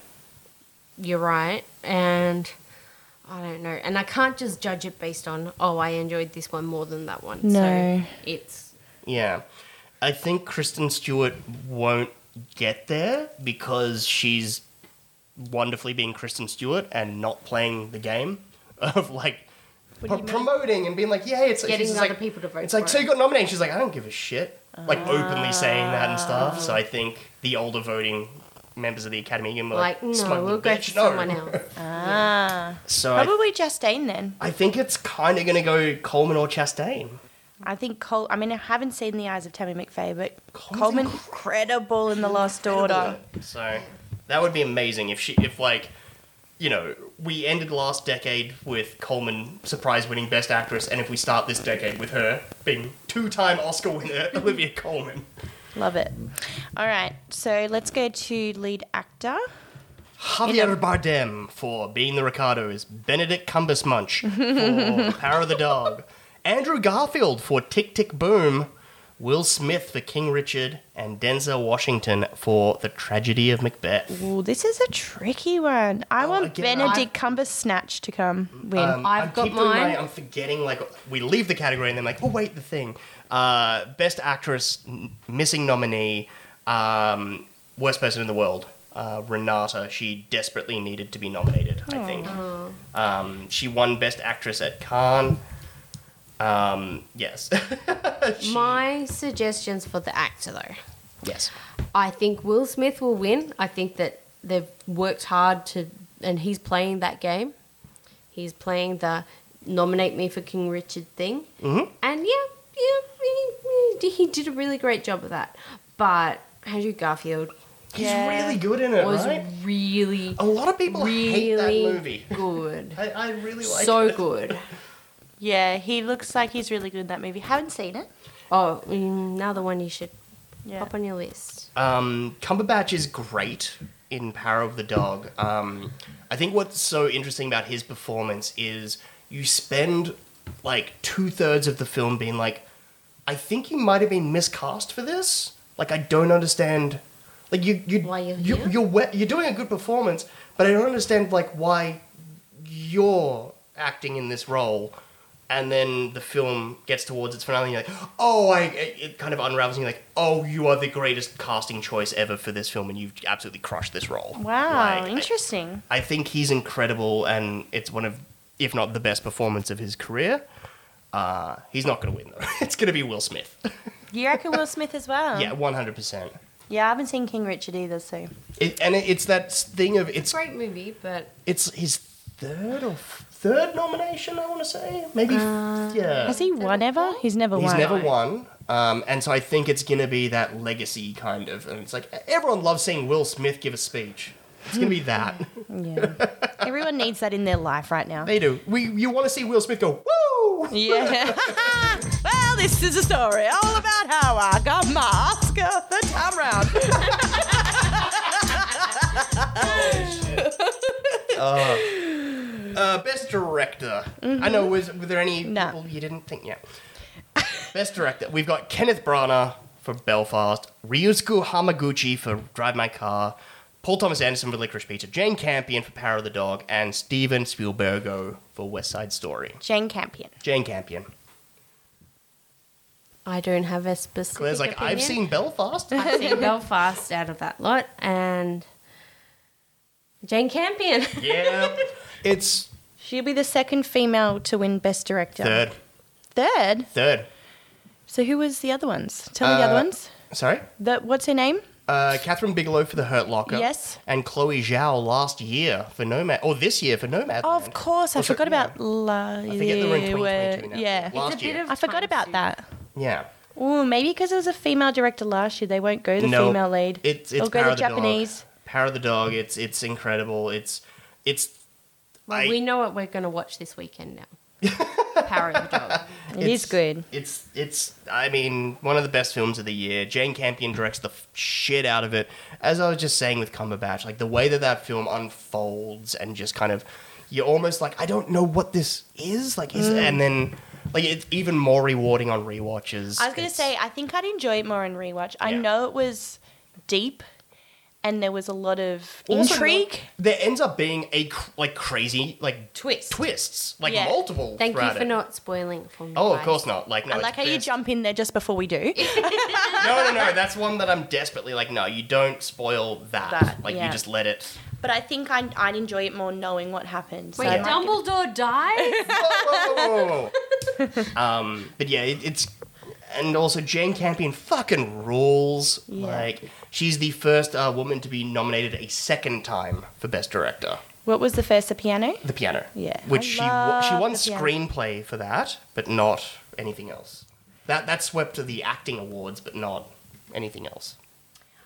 Speaker 3: You're right. And I don't know. And I can't just judge it based on, oh, I enjoyed this one more than that one.
Speaker 2: No.
Speaker 3: So it's.
Speaker 1: Yeah. I think Kristen Stewart won't get there because she's wonderfully being Kristen Stewart and not playing the game of like pro- promoting and being like, yeah, it's
Speaker 3: Getting
Speaker 1: she's
Speaker 3: other
Speaker 1: like-
Speaker 3: people to vote
Speaker 1: It's like,
Speaker 3: for
Speaker 1: so
Speaker 3: it."
Speaker 1: you got nominated. She's like, I don't give a shit. Like
Speaker 3: Ah.
Speaker 1: openly saying that and stuff. So I think the older voting members of the academy are
Speaker 3: Like,
Speaker 1: like,
Speaker 3: no,
Speaker 1: "Smug
Speaker 3: we'll
Speaker 1: little
Speaker 3: go for
Speaker 1: bitch, no."
Speaker 3: someone else.
Speaker 2: Ah,
Speaker 1: So I,
Speaker 2: probably Justine then.
Speaker 1: I think it's kind of going to go Coleman or Chastain.
Speaker 2: I think Col. I mean, I haven't seen the eyes of Tammy McPhee, but Coleman incredible in the Lost Daughter.
Speaker 1: So that would be amazing if she, if like, you know, we ended last decade with Coleman surprise winning Best Actress, and if we start this decade with her being two time Oscar winner Olivia Coleman.
Speaker 2: Love it. All right, so let's go to lead actor.
Speaker 1: Javier Bardem for Being the Ricardos, Benedict Cumbersmunch for Power of the Dog, Andrew Garfield for Tick Tick Boom, Will Smith for King Richard, and Denzel Washington for The Tragedy of Macbeth.
Speaker 2: Ooh, this is a tricky one. I
Speaker 1: Oh,
Speaker 2: want
Speaker 1: again,
Speaker 2: Benedict Cumbersnatch to come win.
Speaker 1: Um,
Speaker 3: I've
Speaker 1: I
Speaker 3: got
Speaker 1: keep doing my-
Speaker 3: mine.
Speaker 1: I'm forgetting, like, we leave the category and then, like, oh, wait, the thing. Uh, best actress, n- missing nominee, um, worst person in the world. Uh, Renata, she desperately needed to be nominated, I think. Um, she won Best Actress at Cannes. Um, yes. She-
Speaker 3: My suggestions for the actor, though.
Speaker 1: yes.
Speaker 3: I think Will Smith will win. I think that they've worked hard to, and he's playing that game. He's playing the nominate me for King Richard thing. Mm-hmm. And yeah, yeah, he, he- he did a really great job of that. But Andrew Garfield
Speaker 1: He's
Speaker 2: Yeah.
Speaker 1: really good in it,
Speaker 3: was
Speaker 1: right?
Speaker 3: really,
Speaker 1: A lot of people hate that
Speaker 3: really
Speaker 1: movie.
Speaker 3: good.
Speaker 1: I, I really like
Speaker 3: so
Speaker 1: it.
Speaker 3: good.
Speaker 2: yeah, he looks like he's really good in that movie. Haven't seen it.
Speaker 3: Oh, another one you should
Speaker 2: Yeah.
Speaker 3: pop on your list.
Speaker 1: Um, Cumberbatch is great in Power of the Dog. Um, I think what's so interesting about his performance is you spend like two thirds of the film being like, I think you might have been miscast for this. Like, I don't understand. Like, you, you,
Speaker 3: Why you're
Speaker 1: you
Speaker 3: here?
Speaker 1: you're, we- you're doing a good performance, but I don't understand, like, why you're acting in this role. And then the film gets towards its finale, and you're like, oh, I, it it kind of unravels, and you're like, oh, you are the greatest casting choice ever for this film, and you've absolutely crushed this role.
Speaker 2: Wow,
Speaker 1: Like, I-
Speaker 2: interesting.
Speaker 1: I think he's incredible, and it's one of, if not the best performance of his career. Uh, he's not going to win, though. It's going to be Will Smith.
Speaker 2: Uh-huh. you reckon Will Smith as well?
Speaker 1: yeah, 100%.
Speaker 2: Yeah, I haven't seen King Richard either, so
Speaker 1: It, and it, it's that thing of, it's
Speaker 3: Great movie, but
Speaker 1: it's his third or f- third nomination, I want to say. Maybe, f-
Speaker 2: Uh,
Speaker 1: yeah.
Speaker 2: has he won ever? He's never
Speaker 1: He's
Speaker 2: won.
Speaker 1: never won. Um, and so I think it's going to be that legacy kind of. And it's like, everyone loves seeing Will Smith give a speech. It's going to be that.
Speaker 2: Yeah. Everyone needs that in their life right now.
Speaker 1: they do. We, you want to see Will Smith go, woo!
Speaker 2: Yeah. well, this is a story all about how I got my Oscar the time round.
Speaker 1: Uh, best director. I know. Was were there any
Speaker 2: No.
Speaker 1: people you didn't think? Yeah. Best director. We've got Kenneth Branagh for Belfast, Ryusuke Hamaguchi for Drive My Car, Paul Thomas Anderson for Licorice Pizza, Jane Campion for Power of the Dog, and Steven Spielbergo for West Side Story.
Speaker 2: Jane Campion.
Speaker 1: Jane Campion.
Speaker 3: I don't have a specific.
Speaker 1: Claire's like,
Speaker 3: opinion.
Speaker 1: I've seen Belfast.
Speaker 3: I've seen Belfast out of that lot, and Jane Campion.
Speaker 1: yeah. It's
Speaker 2: She'll be the second female to win Best Director.
Speaker 1: third.
Speaker 2: Third?
Speaker 1: Third.
Speaker 2: So who was the other ones? Tell me the other
Speaker 1: Uh,
Speaker 2: ones.
Speaker 1: Sorry?
Speaker 2: The, what's her name?
Speaker 1: Uh, Catherine Bigelow for The Hurt Locker.
Speaker 2: Yes.
Speaker 1: And Chloe Zhao last year for Nomad, or this year for Nomad.
Speaker 2: Oh, of course. I
Speaker 1: Also,
Speaker 2: forgot
Speaker 1: yeah.
Speaker 2: about La.
Speaker 1: I forget that we're in 2022 now.
Speaker 2: Yeah.
Speaker 1: Last year.
Speaker 2: I forgot about that.
Speaker 1: yeah.
Speaker 2: Oh, maybe because it was a female director last year, they won't go the
Speaker 1: No,
Speaker 2: female lead.
Speaker 1: It's it's
Speaker 2: They'll go
Speaker 1: Power
Speaker 2: the
Speaker 1: of the
Speaker 2: Japanese.
Speaker 1: Dog. Power of the Dog. It's it's incredible. It's it's I-
Speaker 3: Well, we know what we're going to watch this weekend now. Power of the Dog.
Speaker 2: It is
Speaker 1: It's-
Speaker 2: good.
Speaker 1: It's it's I mean one of the best films of the year. Jane Campion directs the f- shit out of it. As I was just saying with Cumberbatch, like the way that that film unfolds and just kind of you're almost like I don't know what this is like, is
Speaker 2: Mm.
Speaker 1: and then like it's even more rewarding on rewatches.
Speaker 2: I was going to
Speaker 1: It's-
Speaker 2: say, I think I'd enjoy it more in rewatch. I
Speaker 1: Yeah.
Speaker 2: know it was deep and there was a lot of
Speaker 1: Also,
Speaker 2: intrigue.
Speaker 1: There ends up being a cr- like crazy like
Speaker 3: Twist.
Speaker 1: twists like
Speaker 2: Yeah.
Speaker 1: multiple.
Speaker 3: Thank you
Speaker 1: throughout
Speaker 3: for
Speaker 1: it.
Speaker 3: not spoiling it for me.
Speaker 1: Oh, of
Speaker 3: guys.
Speaker 1: course not. Like no.
Speaker 2: I
Speaker 1: it's
Speaker 2: like how you
Speaker 1: best.
Speaker 2: jump in there just before we do.
Speaker 1: No, no, no. That's one that I'm desperately like. No, you don't spoil that.
Speaker 2: That,
Speaker 1: like
Speaker 2: yeah.
Speaker 1: you just let it.
Speaker 2: but I think I, I'd enjoy it more knowing what happened. So
Speaker 3: Wait,
Speaker 2: I might give it-
Speaker 3: Dumbledore dies?
Speaker 1: Whoa, whoa, whoa, whoa, whoa. um, but yeah, it, it's and also Jane Campion fucking rules.
Speaker 2: Yeah.
Speaker 1: Like she's the first uh, woman to be nominated a second time for best director.
Speaker 2: What was the first? The piano?
Speaker 1: The piano.
Speaker 2: Yeah, I
Speaker 1: Which she wa- she
Speaker 2: love
Speaker 1: won
Speaker 2: The Piano.
Speaker 1: screenplay for that, but not anything else. That that swept to the acting awards, but not anything else.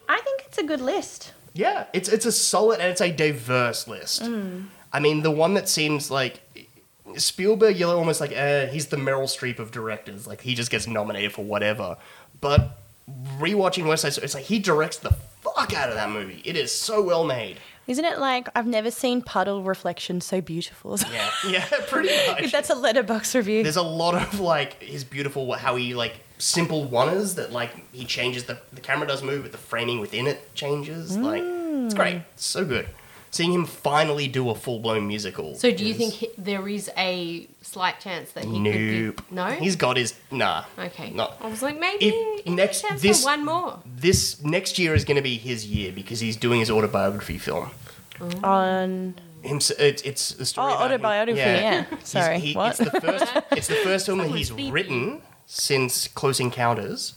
Speaker 2: I think it's a good list.
Speaker 1: Yeah, it's it's a solid and it's a diverse list. I mean, the one that seems like Spielberg, you're almost like, eh, he's the Meryl Streep of directors. Like he just gets nominated for whatever. But rewatching West Side, Story, it's like he directs the fuck out of that movie. It is so well made.
Speaker 2: Isn't it like I've never seen puddle reflection so beautiful?
Speaker 1: Yeah, yeah, pretty much.
Speaker 2: That's a letterbox review.
Speaker 1: There's a lot of like his beautiful how he like simple one-ers that like he changes the the camera does move, but the framing within it changes. Like it's great, it's so good. Seeing him finally do a full-blown musical.
Speaker 3: So, do you
Speaker 1: is-
Speaker 3: think he, there is a slight chance that he
Speaker 1: Nope.
Speaker 3: could be. No?
Speaker 1: He's got his nah.
Speaker 3: okay.
Speaker 1: Not
Speaker 3: I was like, maybe
Speaker 1: If
Speaker 3: if
Speaker 1: next-
Speaker 3: next, chance
Speaker 1: this-
Speaker 3: for one more.
Speaker 1: this next year is going to be his year because he's doing his autobiography film.
Speaker 2: on
Speaker 1: Himse- it's it's the story.
Speaker 2: Oh,
Speaker 1: about him-
Speaker 2: autobiography, yeah.
Speaker 1: He's-
Speaker 2: Sorry,
Speaker 1: he-
Speaker 2: what?
Speaker 1: It's the first. It's the first film that
Speaker 3: Someone's
Speaker 1: he's
Speaker 3: beeping.
Speaker 1: written since Close Encounters,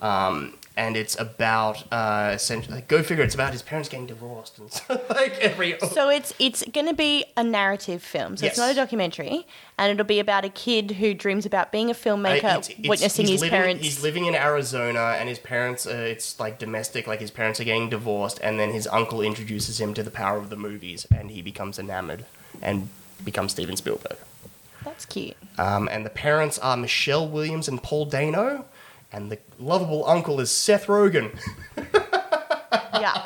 Speaker 1: um, and it's about uh, essentially like, go figure. It's about his parents getting divorced and so, like every.
Speaker 2: so it's it's going to be a narrative film. So
Speaker 1: Yes.
Speaker 2: it's not a documentary, and it'll be about a kid who dreams about being a
Speaker 1: Uh,
Speaker 2: filmmaker,
Speaker 1: it's- it's-
Speaker 2: witnessing
Speaker 1: he's
Speaker 2: his
Speaker 1: living-
Speaker 2: parents.
Speaker 1: He's living in Arizona, and his parents. Uh, it's like domestic, like his parents are getting divorced, and then his uncle introduces him to the power of the movies, and he becomes enamored and becomes Steven Spielberg.
Speaker 2: That's cute.
Speaker 1: Um, and the parents are Michelle Williams and Paul Dano, and the lovable uncle is Seth Rogen.
Speaker 2: Yuck.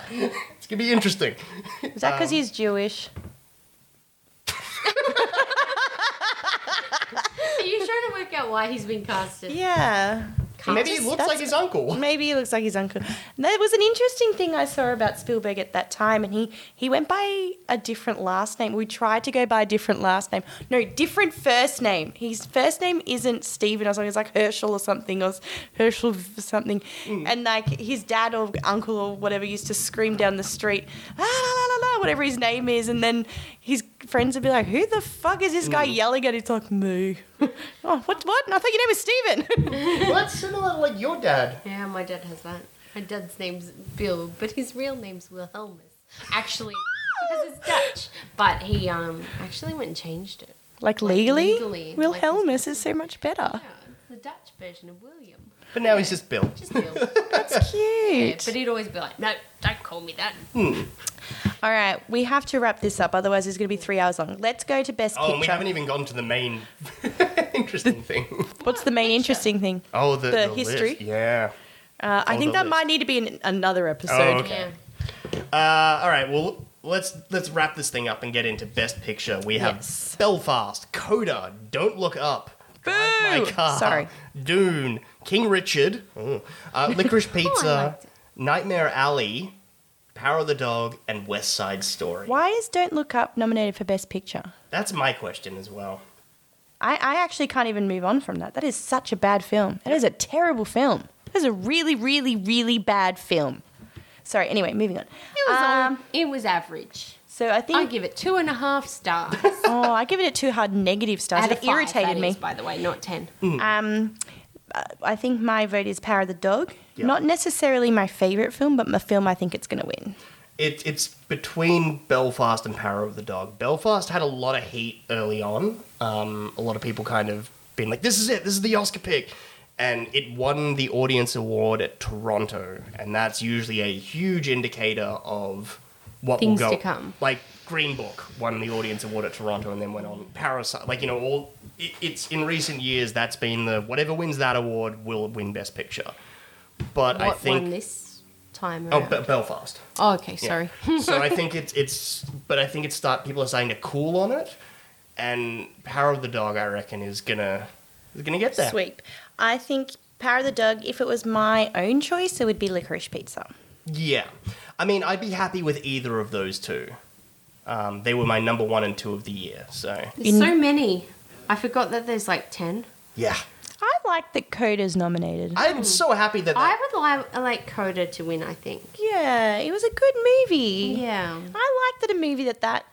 Speaker 1: It's gonna be interesting.
Speaker 2: Is that
Speaker 1: Um,
Speaker 2: because he's Jewish?
Speaker 3: Are you trying to work out why he's been casted?
Speaker 2: Yeah.
Speaker 1: Maybe he
Speaker 2: just-
Speaker 1: looks
Speaker 2: that's-
Speaker 1: like his uncle.
Speaker 2: Maybe he looks like his uncle. That was an interesting thing I saw about Spielberg at that time, and he he went by a different last name. We tried to go by a different last name. No, different first name. His first name isn't Stephen or something. It's like Herschel or something, or s- Herschel v- something. And like his dad or uncle or whatever used to scream down the street, ah, la, la, la, la, whatever his name is, and then his friends would be like, "Who the fuck is this guy yelling at?" It's like, "Moo." oh, what? What? I thought your name was Stephen.
Speaker 1: Well, that's similar to like your dad.
Speaker 3: Yeah, my dad has that. My dad's name's Bill, but his real name's Wilhelmus. Actually, because it's Dutch. But he um actually went and changed it.
Speaker 2: Like
Speaker 3: Like,
Speaker 2: legally,
Speaker 3: legally, like,
Speaker 2: Wilhelmus is so much better.
Speaker 3: Yeah, it's the Dutch version of William.
Speaker 1: But now he's just Bill.
Speaker 3: Just Bill.
Speaker 2: That's
Speaker 3: yeah,
Speaker 2: cute.
Speaker 3: but he'd always be like, no, don't call me that.
Speaker 2: All right, we have to wrap this up, otherwise it's going to be three hours long. Let's go to best
Speaker 1: Oh, and we
Speaker 2: picture.
Speaker 1: haven't even gone to the main interesting thing.
Speaker 2: What's the main
Speaker 3: Picture.
Speaker 2: interesting thing?
Speaker 1: Oh, the,
Speaker 2: The
Speaker 1: the list,
Speaker 2: history?
Speaker 1: Yeah.
Speaker 2: Uh, I
Speaker 1: Oh,
Speaker 2: think
Speaker 1: the
Speaker 2: that
Speaker 1: list.
Speaker 2: might need to be in another episode.
Speaker 1: Oh, okay.
Speaker 3: Yeah.
Speaker 1: Uh, all right. Well, let's let's wrap this thing up and get into best picture. We have
Speaker 2: Yes.
Speaker 1: Belfast, Coda, Don't Look Up, Drive Oh, My
Speaker 2: Boo!
Speaker 1: Car,
Speaker 2: Sorry.
Speaker 1: ah, Dune, King Richard, ooh, uh, Licorice Pizza,
Speaker 3: Oh, liked it.
Speaker 1: Nightmare Alley, Power of the Dog, and West Side Story.
Speaker 2: Why is Don't Look Up nominated for Best Picture?
Speaker 1: That's my question as well.
Speaker 2: I, I actually can't even move on from that. That is such a bad film. That is a terrible film. That is a really, really, really bad film. Sorry, anyway, moving on.
Speaker 3: It was,
Speaker 2: Um,
Speaker 3: um, it was average.
Speaker 2: so I
Speaker 3: I
Speaker 2: think.
Speaker 3: give it two and a half stars.
Speaker 2: oh, I give it a two hard negative stars.
Speaker 3: Out
Speaker 2: It
Speaker 3: of five,
Speaker 2: irritated
Speaker 3: that
Speaker 2: me.
Speaker 3: is, by the way, not ten.
Speaker 1: Mm.
Speaker 2: Um, uh, I think my vote is Power of the Dog.
Speaker 1: Yeah.
Speaker 2: Not necessarily my favorite film, but my film I think it's going to win.
Speaker 1: It, it's between Belfast and Power of the Dog. Belfast had a lot of heat early on. Um, a lot of people kind of been like, this is it, this is the Oscar pick. And it won the Audience Award at Toronto. And that's usually a huge indicator of what
Speaker 3: Things
Speaker 1: will go.
Speaker 3: to come.
Speaker 1: Like, Green Book won the Audience Award at Toronto and then went on Parasite. Like, you know, all. It, it's in recent years that's been the whatever wins that award will win Best Picture. But I
Speaker 3: What
Speaker 1: think.
Speaker 3: won this time?
Speaker 1: oh,
Speaker 3: Around?
Speaker 1: Be- Belfast.
Speaker 3: oh, okay,
Speaker 1: Yeah.
Speaker 3: sorry.
Speaker 1: so I think it's it's, but I think it's start. People are starting to cool on it, and Power of the Dog, I reckon, is gonna is gonna get there.
Speaker 2: Sweep. I think Power of the Dog, if it was my own choice, it would be Licorice Pizza.
Speaker 1: Yeah, I mean, I'd be happy with either of those two. Um, they were my number one and two of the year. So
Speaker 3: There's so many. I forgot that there's like ten.
Speaker 1: yeah,
Speaker 2: I like that Coda's nominated.
Speaker 1: I'm so happy that, that
Speaker 3: Hmm. I would li- like Coda to win. I think.
Speaker 2: yeah, it was a good movie.
Speaker 3: Yeah.
Speaker 2: I like that a movie that that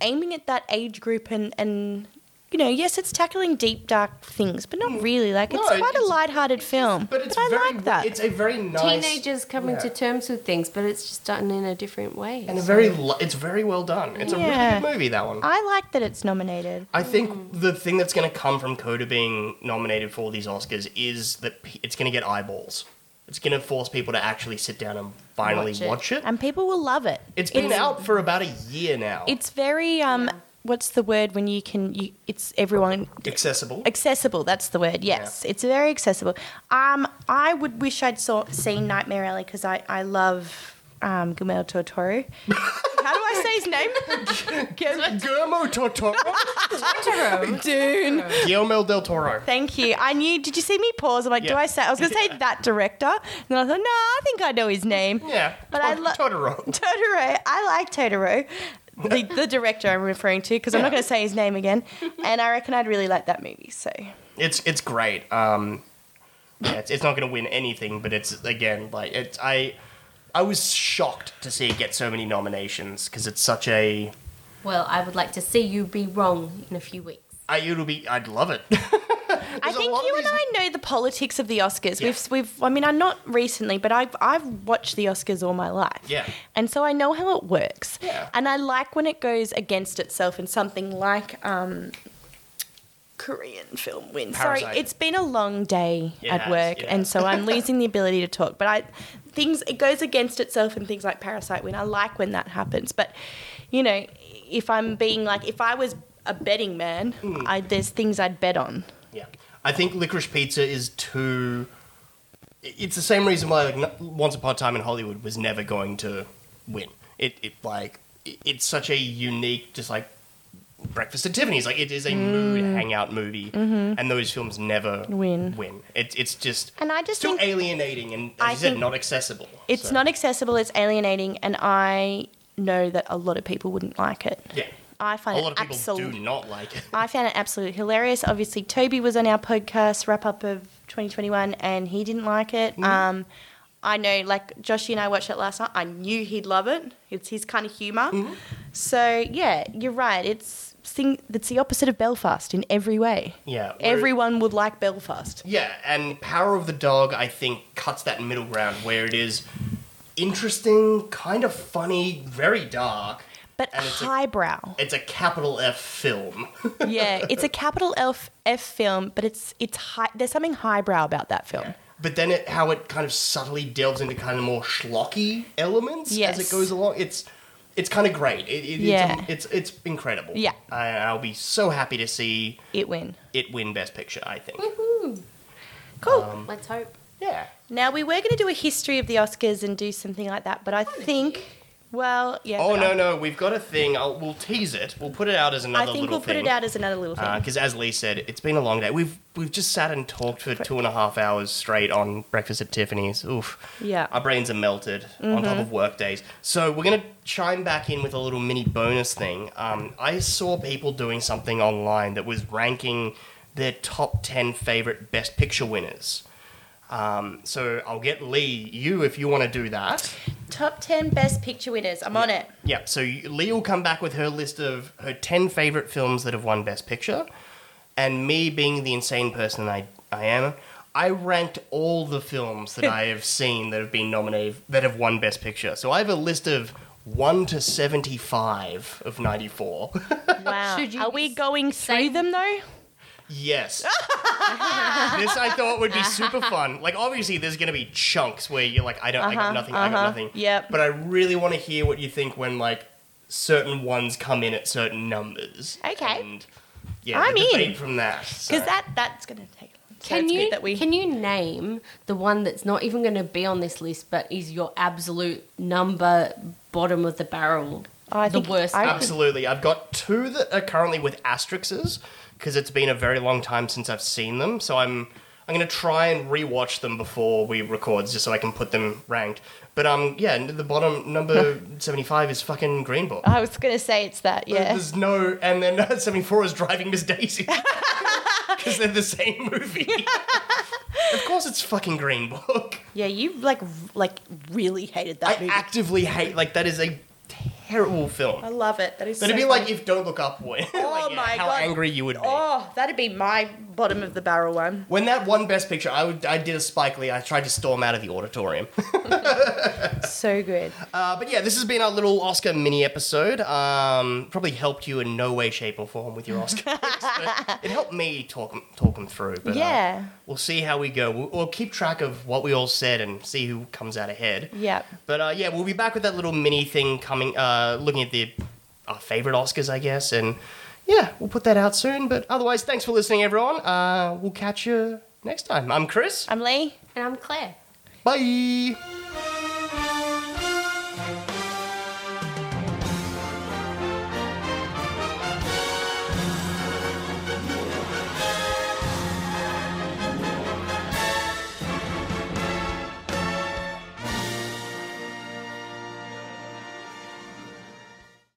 Speaker 2: aiming at that age group and and you know, yes, it's tackling deep dark things, but not really. Like it's
Speaker 1: Mm. No,
Speaker 2: quite a
Speaker 1: it's-
Speaker 2: light-hearted film.
Speaker 1: but it's
Speaker 2: I
Speaker 1: very
Speaker 2: like that.
Speaker 1: it's a very nice
Speaker 3: Teenagers coming
Speaker 1: yeah.
Speaker 3: to terms with things, but it's just done in a different way.
Speaker 1: and a
Speaker 3: So-
Speaker 1: very li- it's very well done. It's a
Speaker 2: Yeah.
Speaker 1: really good movie that one.
Speaker 2: I like that it's nominated.
Speaker 1: I think the thing that's going to come from Coda being nominated for all these Oscars is that p- it's going to get eyeballs. It's going to force people to actually sit down and finally
Speaker 3: Watch
Speaker 1: watch
Speaker 3: it.
Speaker 1: it.
Speaker 2: And people will love it.
Speaker 1: it's been
Speaker 2: it's,
Speaker 1: out for about a year now.
Speaker 2: It's very um what's the word when you can you it's everyone
Speaker 1: accessible.
Speaker 2: accessible that's the word yes it's very accessible um i would wish i'd saw seen nightmare alley because i i love um guillermo del toro how do i say his name Guillermo-
Speaker 1: Guillermo del Toro.
Speaker 2: Dune.
Speaker 1: Guillermo del Toro.
Speaker 2: thank you i knew did you see me pause i'm like do
Speaker 1: Yeah.
Speaker 2: i say i was gonna say that director and then i thought no i think i know his name
Speaker 1: Yeah,
Speaker 2: But
Speaker 1: Tot-
Speaker 2: I lo-
Speaker 1: Totoro.
Speaker 2: Totoro. I like Totoro, the, the director I'm referring to, because I'm not going to say his name again. And I reckon I'd really like that movie. So
Speaker 1: It's it's great. Um, yeah, it's, it's not going to win anything, but it's again like it's I. I was shocked to see it get so many nominations because it's such a.
Speaker 3: Well, I would like to see you be wrong in a few weeks.
Speaker 1: I it'll be. I'd love it.
Speaker 2: I
Speaker 1: a
Speaker 2: think
Speaker 1: lot of
Speaker 2: you and
Speaker 1: these-
Speaker 2: I know the politics of the Oscars.
Speaker 1: Yeah.
Speaker 2: We've we've I mean, I'm not recently, but I've I've watched the Oscars all my life.
Speaker 1: Yeah.
Speaker 2: And so I know how it works.
Speaker 1: Yeah.
Speaker 2: And I like when it goes against itself in something like um Korean film wins. Sorry,
Speaker 1: Parasite.
Speaker 2: it's been a long day
Speaker 1: It
Speaker 2: at
Speaker 1: has,
Speaker 2: work,
Speaker 1: yeah.
Speaker 2: and so I'm losing the ability to talk. But I things it goes against itself, and things like Parasite win. I like when that happens, but you know, if I'm being like, if I was a betting man,
Speaker 1: Hmm.
Speaker 2: I, there's things I'd bet on.
Speaker 1: Yeah, I think Licorice Pizza is too. It's the same reason why like no- Once Upon a Time in Hollywood was never going to win. It it like it- it's such a unique, just like Breakfast at Tiffany's. Like it is a mood hangout movie, and those films never
Speaker 2: Win.
Speaker 1: Win. It's it's just
Speaker 2: And I just
Speaker 1: too
Speaker 2: think-
Speaker 1: alienating and as
Speaker 2: I
Speaker 1: you said,
Speaker 2: think-
Speaker 1: not accessible.
Speaker 2: It's
Speaker 1: So,
Speaker 2: not accessible. It's alienating, and I know that a lot of people wouldn't like it.
Speaker 1: Yeah,
Speaker 2: I
Speaker 1: a
Speaker 2: find
Speaker 1: lot
Speaker 2: it
Speaker 1: of people
Speaker 2: absolute.
Speaker 1: do not like it.
Speaker 2: I found it absolutely hilarious. Obviously, Toby was on our podcast wrap up of 2021, and he didn't like it.
Speaker 1: Mm-hmm.
Speaker 2: Um, I know, like Joshy and I watched it last night. I knew he'd love it. It's his kind of humor.
Speaker 1: Mm-hmm.
Speaker 2: So yeah, you're right. It's thing. It's the opposite of Belfast in every way.
Speaker 1: Yeah, whereas-
Speaker 2: Everyone would like Belfast.
Speaker 1: Yeah, and Power of the Dog, I think, cuts that middle ground where it is interesting, kind of funny, very dark.
Speaker 2: But
Speaker 1: And it's a-
Speaker 2: highbrow.
Speaker 1: It's a capital F film.
Speaker 2: yeah, it's a capital F F film, but it's it's high. There's something highbrow about that film.
Speaker 1: but then it, how it kind of subtly delves into kind of more schlocky elements as
Speaker 2: Yes.
Speaker 1: it goes along. It's it's kind of great. It, it,
Speaker 2: Yeah.
Speaker 1: it's, it's it's incredible.
Speaker 2: Yeah.
Speaker 1: I, I'll be so happy to see
Speaker 2: It win.
Speaker 1: it win Best Picture. I think.
Speaker 2: Mm-hmm. Cool.
Speaker 1: Um,
Speaker 3: Let's hope.
Speaker 1: Yeah.
Speaker 2: now we were going to do a history of the Oscars and do something like that, but I think Well, yeah.
Speaker 1: Oh
Speaker 2: but
Speaker 1: no
Speaker 2: I-
Speaker 1: no, we've got a thing. I'll, we'll tease it. We'll put it out as
Speaker 2: I
Speaker 1: another
Speaker 2: think
Speaker 1: little
Speaker 2: we'll put
Speaker 1: thing. Uh,
Speaker 2: it out as another little thing.
Speaker 1: because as Lee said, it's been a long day. We've we've just sat and talked for two and a half hours straight on Breakfast at Tiffany's. Oof.
Speaker 2: Yeah. Mm-hmm.
Speaker 1: Our brains are melted on top of work days. So we're gonna chime back in with a little mini bonus thing. Um, I saw people doing something online that was ranking their top ten favorite Best Picture winners. Um, so I'll get Lee you if you want to do that.
Speaker 2: Top 10 best picture winners. I'm on it.
Speaker 1: Yeah, so you- Lee will come back with her list of her 10 favourite films that have won Best Picture. And me, being the insane person I, I am, I ranked all the films that I have seen that have been nominated, that have won Best Picture. So I have a list of 1 to 75 of 94.
Speaker 2: Wow.
Speaker 3: Should you
Speaker 2: Are
Speaker 3: be
Speaker 2: we going through
Speaker 3: saying-
Speaker 2: them though?
Speaker 1: yes. this I thought would be super fun. Like, obviously, there's going to be chunks where you're like, I don't, I
Speaker 2: Uh-huh,
Speaker 1: got nothing, I
Speaker 2: uh-huh,
Speaker 1: got nothing.
Speaker 2: yep.
Speaker 1: But I really want to hear what you think when, like, certain ones come in at certain numbers.
Speaker 2: Okay.
Speaker 1: And, yeah,
Speaker 2: I'm
Speaker 1: the
Speaker 2: in.
Speaker 1: debate from that. so-
Speaker 2: Because that that's going to take a long time.
Speaker 3: Can
Speaker 2: it's
Speaker 3: you
Speaker 2: good that we
Speaker 3: can you name the one that's not even going to be on this list, but is your absolute number bottom of the barrel?
Speaker 2: Oh, I
Speaker 3: the
Speaker 2: think
Speaker 3: worst.
Speaker 2: I-
Speaker 3: one?
Speaker 1: Absolutely. I've got two that are currently with asterisks because it's been a very long time since I've seen them. So I'm I'm going to try and rewatch them before we record just so I can put them ranked. But um yeah, n- the bottom number 75 is fucking Green Book.
Speaker 2: I was going to say it's that, Oh, yeah.
Speaker 1: There's no and then 74 is Driving Miss Daisy. Cuz they're the same movie. of course it's fucking Green Book.
Speaker 2: Yeah, you like r- like really hated that
Speaker 1: I
Speaker 2: movie.
Speaker 1: actively hate like that is a terrible film.
Speaker 2: I love it. That is
Speaker 1: That'd
Speaker 2: so
Speaker 1: be like
Speaker 2: funny.
Speaker 1: if Don't Look Up went.
Speaker 2: Oh
Speaker 1: like,
Speaker 2: my
Speaker 1: how
Speaker 2: God.
Speaker 1: angry you would be.
Speaker 2: Oh, that'd be my bottom of the barrel one.
Speaker 1: When that one best picture, I, would, I did a Spike Lee. I tried to storm out of the auditorium.
Speaker 2: So good.
Speaker 1: Uh, but yeah, this has been our little Oscar mini episode. Um, probably helped you in no way, shape, or form with your Oscar. picks, but it helped me talk 'em- talk them through. But uh,
Speaker 2: Yeah.
Speaker 1: we'll see how we go. We'll, we'll keep track of what we all said and see who comes out ahead.
Speaker 2: Yep.
Speaker 1: But uh, yeah, we'll be back with that little mini thing coming, uh, looking at the our favorite Oscars, I guess, and yeah, we'll put that out soon. But otherwise, thanks for listening, everyone. Uh, we'll catch you next time. I'm Chris.
Speaker 2: I'm Lee.
Speaker 3: and I'm Claire.
Speaker 1: Bye.